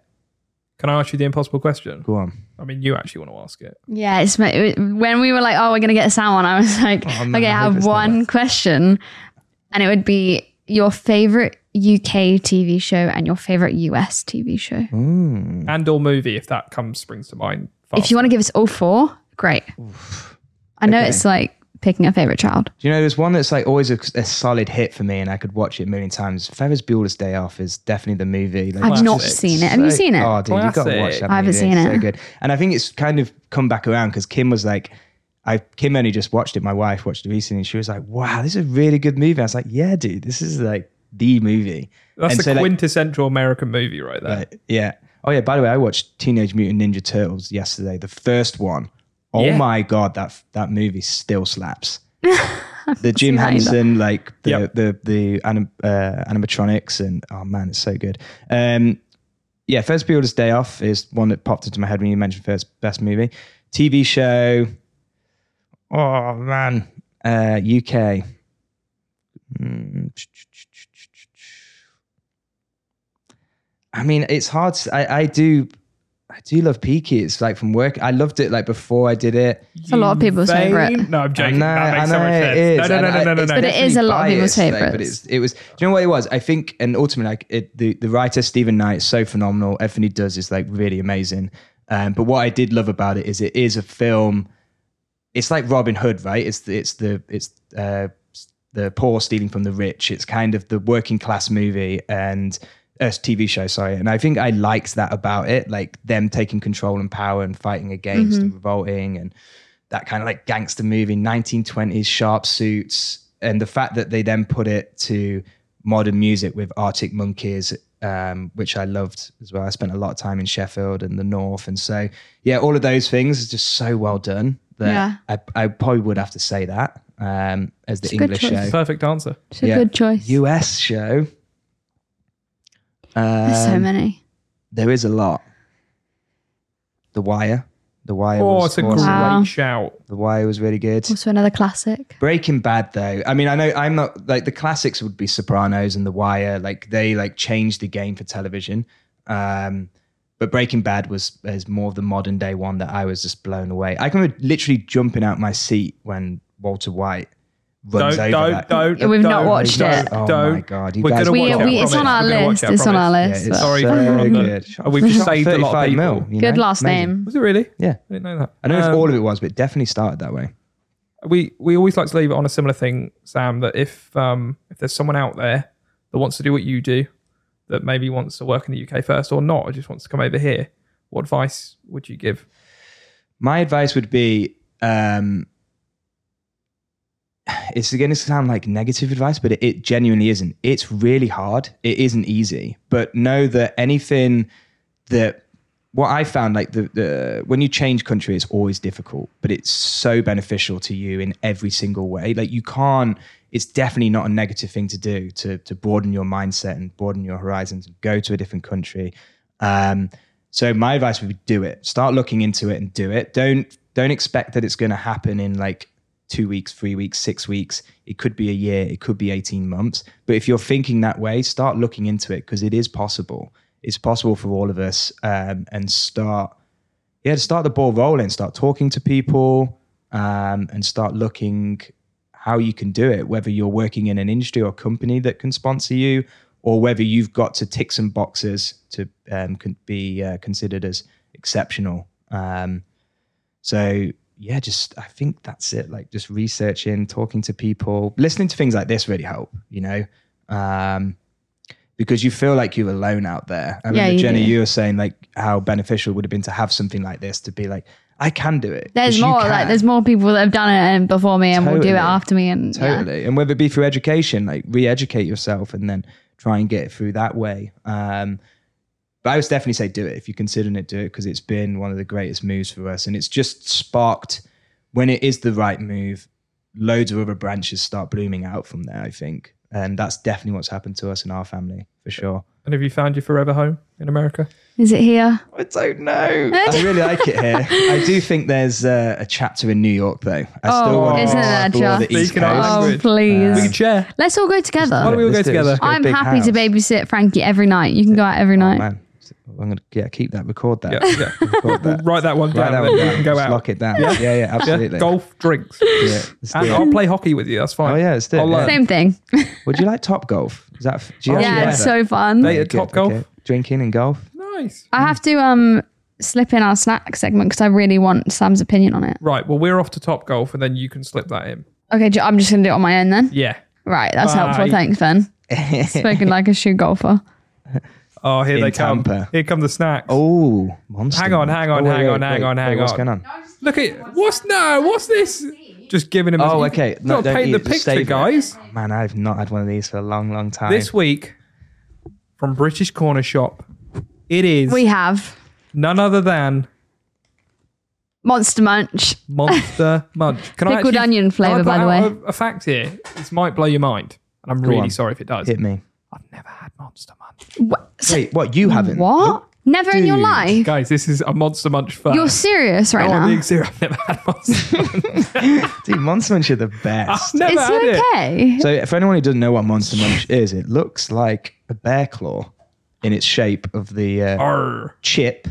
Speaker 1: Can I ask you the impossible question?
Speaker 3: go on.
Speaker 1: I mean, you actually want to ask it.
Speaker 2: Yeah, it's my, it, when we were like, oh, we're gonna get a sound one. I was like,
Speaker 3: Oh, man,
Speaker 2: okay,
Speaker 3: I
Speaker 2: I
Speaker 3: hope
Speaker 2: have
Speaker 3: it's not
Speaker 2: one question, and it would be your favorite UK TV show and your favorite US TV show.
Speaker 3: Mm.
Speaker 1: And or movie, if that comes springs to mind.
Speaker 2: If you want to give us all four, great. I know it's like picking a favorite child.
Speaker 3: Do you know there's one that's like always a, a solid hit for me, and I could watch it a million times. Ferris Bueller's Day Off is definitely the movie. Like,
Speaker 2: I've
Speaker 3: it's
Speaker 2: not
Speaker 3: just
Speaker 2: seen it. Have you
Speaker 3: so-
Speaker 2: seen it?
Speaker 3: Oh, dude, you got to watch
Speaker 1: Classic.
Speaker 3: that.
Speaker 2: I haven't
Speaker 3: movie.
Speaker 2: seen
Speaker 3: It's
Speaker 2: it.
Speaker 3: So good, and I think it's kind of come back around because Kim was like, I Kim only just watched it. My wife watched it recently, and she was like, "Wow, this is a really good movie." I was like, "Yeah, dude, this is like the movie."
Speaker 1: That's
Speaker 3: and
Speaker 1: the
Speaker 3: so, like-
Speaker 1: quintessential American movie right there.
Speaker 3: But yeah. Oh yeah. By the way, I watched Teenage Mutant Ninja Turtles yesterday, the first one. Oh
Speaker 1: Yeah.
Speaker 3: my god, that that movie still slaps. the Jim
Speaker 2: seen that either.
Speaker 3: Henson, like the
Speaker 1: Yep.
Speaker 3: the the anim, uh, animatronics, and oh man, it's so good. Um, yeah, First Builder's Day Off is one that popped into my head when you mentioned first best movie, TV show. Oh man, uh, Hmm. UK. Mm. I mean, it's hard. To, I, I do, I do love Peaky. It's like from work. I loved it like before I did it.
Speaker 1: It's
Speaker 2: a lot of people's favourite.
Speaker 1: No, I'm joking.
Speaker 3: I
Speaker 1: that makes
Speaker 3: know,
Speaker 1: so
Speaker 3: I know
Speaker 1: much
Speaker 3: it
Speaker 1: sense.
Speaker 3: is.
Speaker 1: No, no,
Speaker 3: and
Speaker 1: no,
Speaker 3: I-
Speaker 1: no, no,
Speaker 3: it's
Speaker 1: no.
Speaker 2: But it is
Speaker 3: definitely
Speaker 2: a lot of people's
Speaker 3: biased, like, but
Speaker 2: favourites.
Speaker 3: it's, it was. Do you know what it was? I think, and ultimately, like it, the the writer Stephen Knight is so phenomenal. Everything he does is like really amazing. Um, but what I did love about it is it is a film. It's like Robin Hood, right? It's the it's the it's uh, the poor stealing from the rich. It's kind of the working class movie and uh, TV show, sorry. And I think I liked that about it, like them taking control and power and fighting against
Speaker 2: Mm-hmm.
Speaker 3: and revolting and that kind of like gangster movie, 1920s sharp suits, and the fact that they then put it to modern music with Arctic Monkeys, um, which I loved as well. I spent a lot of time in Sheffield and the North, and so yeah, all of those things is just so well done that I, I probably would have to say that um, as the
Speaker 2: It's a good
Speaker 3: English
Speaker 2: choice.
Speaker 3: show,
Speaker 1: Perfect answer.
Speaker 2: It's a
Speaker 3: Yeah.
Speaker 2: good choice.
Speaker 3: US show.
Speaker 2: There's so
Speaker 3: Um,
Speaker 2: many.
Speaker 3: there is a lot. The Wire, The Wire,
Speaker 1: Oh,
Speaker 3: was
Speaker 1: it's a great
Speaker 3: awesome.
Speaker 2: Wow.
Speaker 1: shout.
Speaker 3: The Wire was really good.
Speaker 2: Also another classic.
Speaker 3: Breaking Bad, though, I mean, I know I'm not like the classics would be Sopranos and The Wire, like they like changed the game for television. Um, but Breaking Bad was is more of the modern day one that I was just blown away. I can literally jumping out my seat when Walter White runs
Speaker 1: Don't,
Speaker 3: over
Speaker 1: don't,
Speaker 3: that.
Speaker 1: don't.
Speaker 2: We've not
Speaker 1: don't,
Speaker 2: watched
Speaker 1: don't,
Speaker 2: it.
Speaker 3: Oh
Speaker 1: Don't.
Speaker 3: my God, you
Speaker 1: We're
Speaker 3: guys-
Speaker 1: gonna
Speaker 2: We,
Speaker 1: watch it, I
Speaker 2: we, it's on
Speaker 1: promise.
Speaker 2: our
Speaker 1: We're gonna watch
Speaker 2: list.
Speaker 1: it, I
Speaker 2: It's on our
Speaker 1: promise.
Speaker 3: Yeah,
Speaker 2: list.
Speaker 3: it's
Speaker 2: but-
Speaker 1: Sorry
Speaker 3: so
Speaker 1: for everyone
Speaker 3: good.
Speaker 1: that- We've just saved a lot of
Speaker 3: 35
Speaker 1: people.
Speaker 3: mil, you
Speaker 2: Good
Speaker 3: know?
Speaker 2: last
Speaker 3: Amazing.
Speaker 2: name.
Speaker 1: Was it really?
Speaker 3: Yeah.
Speaker 1: I didn't know that.
Speaker 3: I don't know
Speaker 1: Um,
Speaker 3: if all of it was, but it definitely started that way.
Speaker 1: we we always like to leave it on a similar thing, Sam. That if um if there's someone out there that wants to do what you do, that maybe wants to work in the UK first or not, or just wants to come over here, what advice would you give?
Speaker 3: My advice would be um, it's going to sound like negative advice, but it, it genuinely isn't. It's really hard. It isn't easy. But know that anything that what I found like the, the when you change country, it's always difficult, but it's so beneficial to you in every single way. Like you can't. It's definitely not a negative thing to do to to broaden your mindset and broaden your horizons and go to a different country. Um, so my advice would be do it. Start looking into it and do it. Don't don't expect that it's going to happen in like two weeks, three weeks, six weeks. It could be a year, it could be 18 months. But if you're thinking that way, start looking into it because it is possible. It's possible for all of us um, and start, yeah, to start the ball rolling, start talking to people um, and start looking how you can do it, whether you're working in an industry or company that can sponsor you or whether you've got to tick some boxes to um, con- be uh, considered as exceptional. Um, so yeah, just I think that's it. Like just researching, talking to people, listening to things like this really help, you know. Um, because you feel like you're alone out there. I
Speaker 2: Yeah,
Speaker 3: remember
Speaker 2: you
Speaker 3: Jenny,
Speaker 2: do.
Speaker 3: you were saying like how beneficial it would have been to have something like this to be like, I can do it.
Speaker 2: There's
Speaker 3: 'Cause you
Speaker 2: more.
Speaker 3: can.
Speaker 2: Like there's more people that have done it and before me, and will do it
Speaker 3: Totally.
Speaker 2: after me. And yeah.
Speaker 3: totally. And whether it be through education, like re-educate yourself and then try and get it through that way. Um, but I would definitely say do it if you're considering it. Do it because it's been one of the greatest moves for us, and it's just sparked when it is the right move. Loads of other branches start blooming out from there. I think, and that's definitely what's happened to us in our family for sure.
Speaker 1: And have you found your forever home in America?
Speaker 2: Is it here?
Speaker 3: I don't know. I really like it here. I do think there's uh, a chapter in New York though. I still
Speaker 1: Oh,
Speaker 3: want to
Speaker 1: isn't
Speaker 2: that
Speaker 3: explore the
Speaker 2: just-
Speaker 3: East
Speaker 1: Speaking of
Speaker 3: Coast.
Speaker 1: Language.
Speaker 2: Oh, please.
Speaker 1: We could share.
Speaker 2: Let's all go
Speaker 1: Why
Speaker 2: together.
Speaker 1: don't we all go
Speaker 3: Let's do it.
Speaker 1: together?
Speaker 3: Let's go
Speaker 2: I'm
Speaker 3: big
Speaker 2: happy to
Speaker 3: house.
Speaker 2: babysit Frankie every night. You can go out every
Speaker 3: Oh,
Speaker 2: night.
Speaker 3: man. I'm gonna yeah keep that. Record that.
Speaker 1: Yeah, yeah.
Speaker 3: Record that.
Speaker 1: Write that one down.
Speaker 3: Write that
Speaker 1: and
Speaker 3: one
Speaker 1: then
Speaker 3: down.
Speaker 1: We can go
Speaker 3: Just
Speaker 1: out.
Speaker 3: Lock it down. Yeah, yeah, yeah
Speaker 1: Yeah,
Speaker 3: absolutely.
Speaker 1: golf drinks.
Speaker 3: Yeah, let's do
Speaker 1: And
Speaker 3: it.
Speaker 1: I'll play hockey with you. That's fine.
Speaker 3: Oh yeah, it's
Speaker 1: I'll
Speaker 3: it.
Speaker 1: learn.
Speaker 3: Yeah.
Speaker 2: Same thing.
Speaker 3: Would you like top golf? Is that? Do you
Speaker 1: Oh,
Speaker 3: actually
Speaker 2: yeah,
Speaker 3: like
Speaker 2: it's
Speaker 3: that?
Speaker 2: so fun.
Speaker 1: They- Yeah,
Speaker 3: Good,
Speaker 1: Top golf.
Speaker 3: Drinking and golf.
Speaker 1: Nice.
Speaker 2: I have to um slip in our snack segment because I really want Sam's opinion on it.
Speaker 1: Right. Well, we're off to Top Golf, and then you can slip that in.
Speaker 2: Okay, j- I'm just gonna do it on my own then.
Speaker 1: Yeah.
Speaker 2: Right, that's helpful.
Speaker 1: Bye.
Speaker 2: Thanks, Ben. Spoken like a shoe golfer.
Speaker 1: Oh, here
Speaker 3: In
Speaker 1: they come.
Speaker 3: Tampa.
Speaker 1: Here come the snacks.
Speaker 3: Oh, monster.
Speaker 1: Hang on, hang on,
Speaker 3: Oh,
Speaker 1: hang on, hang on, hang
Speaker 3: What's
Speaker 1: on.
Speaker 3: going on?
Speaker 1: Look at what's no. What's this? Just giving him.
Speaker 3: Oh,
Speaker 1: a,
Speaker 3: okay.
Speaker 1: No,
Speaker 3: No,
Speaker 1: not
Speaker 3: don't
Speaker 1: paint
Speaker 3: eat
Speaker 1: the
Speaker 3: it, just
Speaker 1: picture,
Speaker 3: save it.
Speaker 1: guys.
Speaker 3: Man, I've not had one of these for a long, long time.
Speaker 1: This week from British Corner Shop, it is
Speaker 2: We have
Speaker 1: none other than
Speaker 2: Monster Munch.
Speaker 1: Monster Munch. Can
Speaker 2: Pickled onion flavour,
Speaker 1: can I
Speaker 2: by the
Speaker 1: put
Speaker 2: way.
Speaker 1: out A, a fact here. This might blow your mind, and I'm really
Speaker 3: on.
Speaker 1: sorry if it does.
Speaker 3: hit me.
Speaker 1: I've never had Monster Munch,
Speaker 2: What?
Speaker 3: Wait, what? You haven't?
Speaker 2: What? Never in your
Speaker 3: Dude.
Speaker 2: life?
Speaker 1: guys. This is a Monster Munch first.
Speaker 2: You're serious right
Speaker 1: Oh, I'm
Speaker 2: now.
Speaker 1: being serious. I've never had Monster. Munch.
Speaker 3: Dude, Monster Munch are the
Speaker 1: I've
Speaker 3: best.
Speaker 1: never
Speaker 2: Is
Speaker 1: had
Speaker 2: he
Speaker 1: it.
Speaker 2: okay?
Speaker 3: So, for anyone who doesn't know what Monster Munch is, it looks like a bear claw in its shape of the uh,
Speaker 1: Arr.
Speaker 3: chip.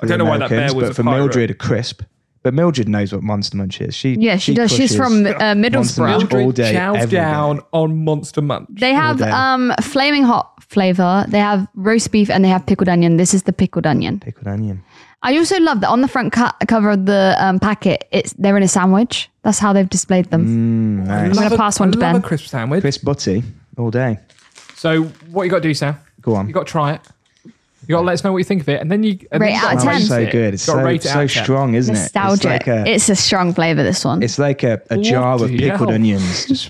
Speaker 3: I
Speaker 1: don't know why that bear was a
Speaker 3: but for
Speaker 1: pirate.
Speaker 3: Mildred, a crisp. But Mildred knows what Monster Munch is. She
Speaker 2: Yeah, she, does. She's
Speaker 3: pushes-
Speaker 2: from uh, Middlesbrough.
Speaker 3: Munch.
Speaker 1: Children
Speaker 3: all day,
Speaker 1: chows
Speaker 3: every day.
Speaker 1: down on Monster Munch.
Speaker 2: They have
Speaker 3: day.
Speaker 2: um flaming hot flavor. They have roast beef and they have pickled onion. This is the pickled onion.
Speaker 3: pickled onion.
Speaker 2: I also love that on the front co- cover of the um, packet, it's they're in a sandwich. That's how they've displayed them.
Speaker 3: Mm,
Speaker 1: I'm
Speaker 2: gonna pass one to Ben.
Speaker 1: A crisp sandwich.
Speaker 3: Crisp butty all day.
Speaker 1: So what you got to do, Sam?
Speaker 3: Go on.
Speaker 1: You got to try it. You got to let us know what you think of it, and then you and
Speaker 2: Rate
Speaker 1: then you gotta
Speaker 2: out of
Speaker 1: rate
Speaker 2: 10.
Speaker 3: Oh, it's so
Speaker 1: it.
Speaker 3: good. It's
Speaker 1: Gotta
Speaker 3: so,
Speaker 1: rate it out
Speaker 3: so
Speaker 1: of 10.
Speaker 3: strong, isn't it? It's
Speaker 2: Nostalgic.
Speaker 3: like a, it's,
Speaker 2: it's a strong flavor. This one,
Speaker 3: like a, a jar of
Speaker 1: Bloody
Speaker 3: pickled
Speaker 1: hell.
Speaker 3: onions just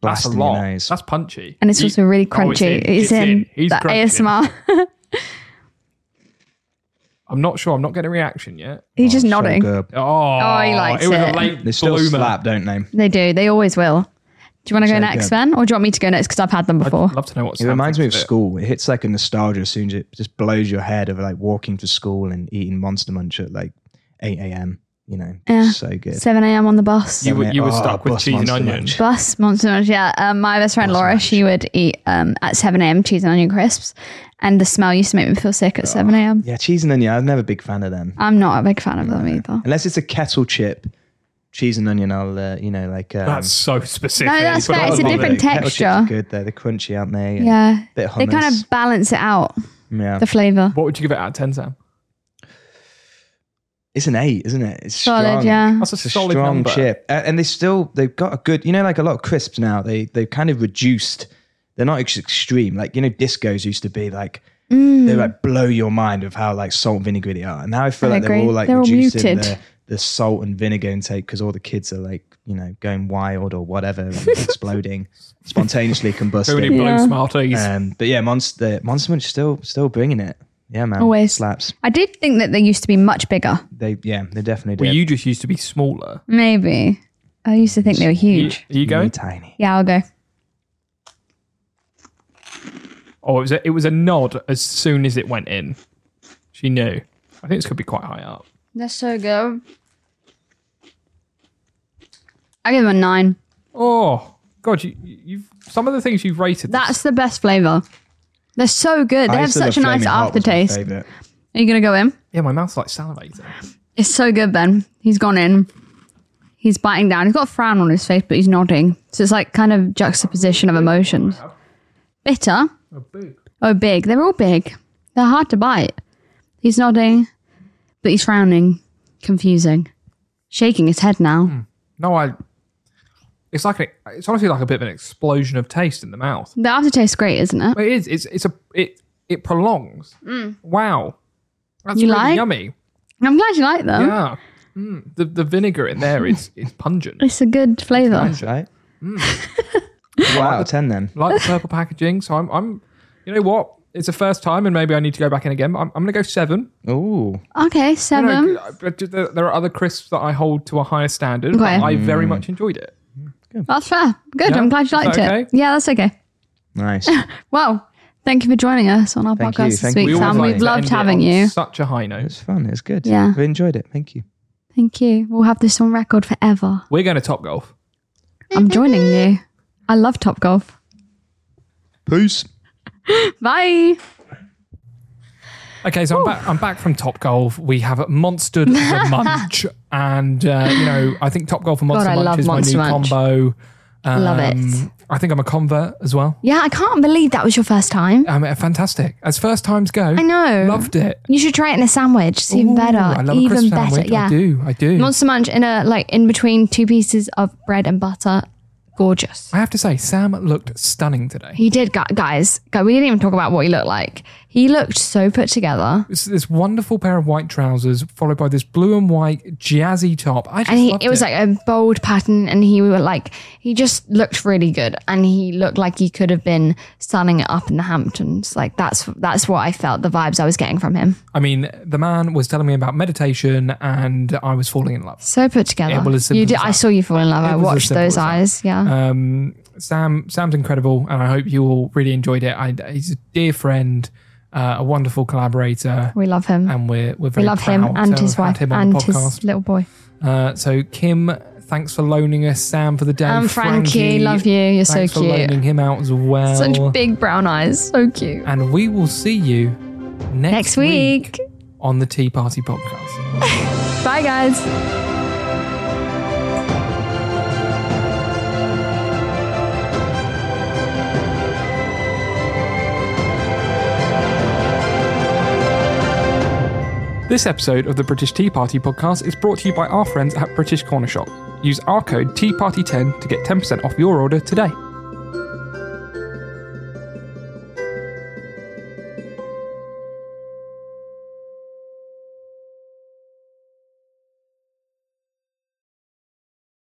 Speaker 1: That's a
Speaker 3: blasting your
Speaker 1: lot.
Speaker 3: nose.
Speaker 1: That's punchy,
Speaker 2: and it's also really
Speaker 1: oh, it's
Speaker 2: crunchy.
Speaker 1: in. It's in. He's
Speaker 2: the
Speaker 1: crunching.
Speaker 2: ASMR.
Speaker 1: I'm not sure. I'm not getting a reaction yet.
Speaker 2: He's just
Speaker 3: So
Speaker 2: nodding.
Speaker 3: good.
Speaker 1: Oh, oh
Speaker 2: he likes
Speaker 1: it. was
Speaker 2: it.
Speaker 1: a late
Speaker 3: They still
Speaker 1: bloomer.
Speaker 3: slap, don't they?
Speaker 2: they do. They always will. Do you want to go
Speaker 3: So
Speaker 2: next,
Speaker 3: good.
Speaker 2: Ben, or do you want me to go next? Because I've had them
Speaker 1: I'd
Speaker 2: before.
Speaker 1: love to know what
Speaker 3: It
Speaker 1: Sam
Speaker 3: reminds me of
Speaker 1: thinks
Speaker 3: school. It hits like a nostalgia as soon as it just blows your head of like walking to school and eating Monster Munch at like 8 a.m. You know,
Speaker 2: Yeah.
Speaker 3: so good.
Speaker 2: Seven a.m. on the bus.
Speaker 1: You were, you were
Speaker 3: Oh,
Speaker 1: stuck with
Speaker 3: bus
Speaker 1: cheese and
Speaker 3: Monster
Speaker 1: onion.
Speaker 3: Munch.
Speaker 2: Bus Monster Munch, yeah. Um, my best friend Laura, she would eat um, at 7 a.m. cheese and onion crisps, and the smell used to make me feel sick at 7 a.m.
Speaker 3: Yeah, cheese and onion. I'm never a big fan of them.
Speaker 2: I'm not a big fan of them either.
Speaker 3: Unless it's a kettle chip, cheese and onion. I'll uh, you know like um,
Speaker 1: That's so specific.
Speaker 2: No, that's
Speaker 1: But
Speaker 2: fair.
Speaker 1: I
Speaker 2: It's a
Speaker 1: love
Speaker 2: different
Speaker 1: it.
Speaker 2: taste.
Speaker 3: Kettle chips
Speaker 2: texture.
Speaker 3: are good. They're they're crunchy, aren't they? And
Speaker 2: Yeah.
Speaker 3: Bit of hummus.
Speaker 2: They kind of balance it out,
Speaker 3: yeah.
Speaker 2: the flavor.
Speaker 1: What would you give it out of ten, Sam?
Speaker 3: it's an eight, isn't it? It's
Speaker 2: Solid,
Speaker 3: strong.
Speaker 2: yeah.
Speaker 1: That's a
Speaker 3: It's a
Speaker 1: solid
Speaker 3: strong
Speaker 1: number.
Speaker 3: chip, A- and they still they've got a good. You know, like a lot of crisps now. They they've kind of reduced. They're not ex- extreme. Like you know, discos used to be like
Speaker 2: Mm.
Speaker 3: they like blow your mind of how like salt and vinegar they are. And now I feel
Speaker 2: I
Speaker 3: like they're
Speaker 2: agree.
Speaker 3: all like
Speaker 2: They're all
Speaker 3: reducing
Speaker 2: muted.
Speaker 3: The, the salt and vinegar intake because all the kids are like you know going wild or whatever, and exploding, spontaneously
Speaker 1: So many
Speaker 3: combusting.
Speaker 1: blue
Speaker 2: Yeah.
Speaker 1: smarties.
Speaker 3: Um, but yeah, Monster Monster Munch still still bringing it. Yeah, man.
Speaker 2: Always.
Speaker 3: slaps.
Speaker 2: I did think that they used to be much bigger.
Speaker 3: They yeah, they definitely do.
Speaker 1: well, you just used to be smaller.
Speaker 2: Maybe. I used to think they were
Speaker 1: You,
Speaker 2: huge.
Speaker 1: are you
Speaker 3: Really
Speaker 1: going?
Speaker 3: tiny.
Speaker 2: Yeah, I'll go.
Speaker 1: Oh, it was a, it was a nod as soon as it went in. She knew. I think this could be quite high up.
Speaker 2: That's so good. I give them a nine.
Speaker 1: Oh God, you, you've some of the things you've rated.
Speaker 2: That's the best flavor. They're so good. They have
Speaker 3: Ice of the
Speaker 2: such a nice
Speaker 3: Flaming Heart was my
Speaker 2: aftertaste.
Speaker 3: favourite.
Speaker 2: Are you going to go in?
Speaker 1: yeah, my mouth's like salivating.
Speaker 2: It's so good, Ben. He's gone in. He's biting down. He's got a frown on his face, but he's nodding. So it's like kind of juxtaposition of emotions. Bitter. Oh, big. They're all big. They're hard to bite. He's nodding, but he's frowning. Confusing. Shaking his head now.
Speaker 1: No, I It's like an, it's honestly like a bit of an explosion of taste in the mouth.
Speaker 5: The aftertaste's great, isn't it?
Speaker 1: But it is. It's it's a it it prolongs. Wow, that's
Speaker 5: Mm. You
Speaker 1: really
Speaker 5: like?
Speaker 1: yummy.
Speaker 5: I'm glad you like them.
Speaker 1: Yeah. Mm. The the vinegar in there is is pungent.
Speaker 5: It's a good flavour.
Speaker 3: That's right. One out of ten then.
Speaker 1: like the purple packaging. So I'm, I'm, you know what? It's the first time, and maybe I need to go back in again. But I'm, I'm going to go seven.
Speaker 3: Ooh,
Speaker 5: Okay,
Speaker 1: You know,
Speaker 5: seven.
Speaker 1: but there there are other crisps that I hold to a higher standard. but
Speaker 5: Okay.
Speaker 1: I very much enjoyed it.
Speaker 5: That's fair. Good.
Speaker 1: Yeah?
Speaker 5: I'm glad you
Speaker 1: Is
Speaker 5: liked
Speaker 1: that
Speaker 5: it.
Speaker 1: okay?
Speaker 5: Yeah, that's okay.
Speaker 3: nice.
Speaker 5: Well, thank you for joining us on our
Speaker 3: Thank you,
Speaker 5: podcast this
Speaker 3: thank
Speaker 5: week,
Speaker 3: you. We
Speaker 1: always
Speaker 5: Sam.
Speaker 3: like
Speaker 5: We've
Speaker 1: to
Speaker 5: loved
Speaker 1: end it
Speaker 5: having
Speaker 1: on
Speaker 5: you.
Speaker 1: Such a high note.
Speaker 3: It's fun. It's good.
Speaker 5: Yeah.
Speaker 3: we enjoyed it. Thank you.
Speaker 5: Thank you. We'll have this on record forever.
Speaker 1: We're going to top golf.
Speaker 5: I'm joining you. I love Top Golf.
Speaker 3: Peace.
Speaker 5: Bye.
Speaker 1: Okay, so I'm back. I'm back from Top Golf. We have monstered the munch, and uh, you know I think Top Golf and Monster
Speaker 2: I
Speaker 1: Munch
Speaker 2: love
Speaker 1: is
Speaker 2: Monster
Speaker 1: my new
Speaker 2: Munch.
Speaker 1: combo. Um,
Speaker 2: Love it.
Speaker 1: I think I'm a convert as well.
Speaker 2: Yeah, I can't believe that was your first time.
Speaker 1: Um, fantastic. As first times go,
Speaker 2: I know.
Speaker 1: Loved it.
Speaker 2: You should try it in a sandwich. It's even
Speaker 1: Ooh,
Speaker 2: better.
Speaker 1: I love a
Speaker 2: even
Speaker 1: crisp
Speaker 2: better.
Speaker 1: sandwich.
Speaker 2: Yeah.
Speaker 1: I do. I do.
Speaker 2: Monster Munch in a like in between two pieces of bread and butter. Gorgeous.
Speaker 1: I have to say, Sam looked stunning today.
Speaker 2: He did, gu- guys. Guy, we didn't even talk about what he looked like. He looked so put together,
Speaker 1: It's this wonderful pair of white trousers, followed by this blue and white jazzy top. I just
Speaker 2: and he,
Speaker 1: loved
Speaker 2: it was
Speaker 1: it.
Speaker 2: like a bold pattern, and he were like he just looked really good, and he looked like he could have been sunning it up in the Hamptons. Like that's that's what I felt the vibes I was getting from him.
Speaker 1: I mean, the man was telling me about meditation, and I was falling in love.
Speaker 2: So put together.
Speaker 1: It was as simple
Speaker 2: you did.
Speaker 1: as
Speaker 2: I
Speaker 1: that.
Speaker 2: saw you fall in love. I
Speaker 1: was as
Speaker 2: watched
Speaker 1: simple as
Speaker 2: those
Speaker 1: that.
Speaker 2: eyes. Yeah.
Speaker 1: Um, Sam, Sam's incredible, and I hope you all really enjoyed it. I, he's a dear friend, uh, a wonderful collaborator,
Speaker 2: we love him.
Speaker 1: and we're we're
Speaker 2: We
Speaker 1: very
Speaker 2: love him
Speaker 1: proud to
Speaker 2: and
Speaker 1: have
Speaker 2: his
Speaker 1: had
Speaker 2: wife
Speaker 1: him on
Speaker 2: and
Speaker 1: the podcast.
Speaker 2: his little boy.
Speaker 1: Uh, so Kim, thanks for loaning us. Sam for the day.
Speaker 2: And Frankie, love you. You're so
Speaker 1: thanks
Speaker 2: cute.
Speaker 1: For loaning him out as well.
Speaker 2: Such big brown eyes. So cute.
Speaker 1: and we will see you next,
Speaker 2: Next week.
Speaker 1: week on the Tea Party Podcast.
Speaker 2: Bye, guys.
Speaker 1: This episode of the British Tea Party podcast is brought to you by our friends at British Corner Shop. Use our code Tea Party 10 to get 10% off your order today.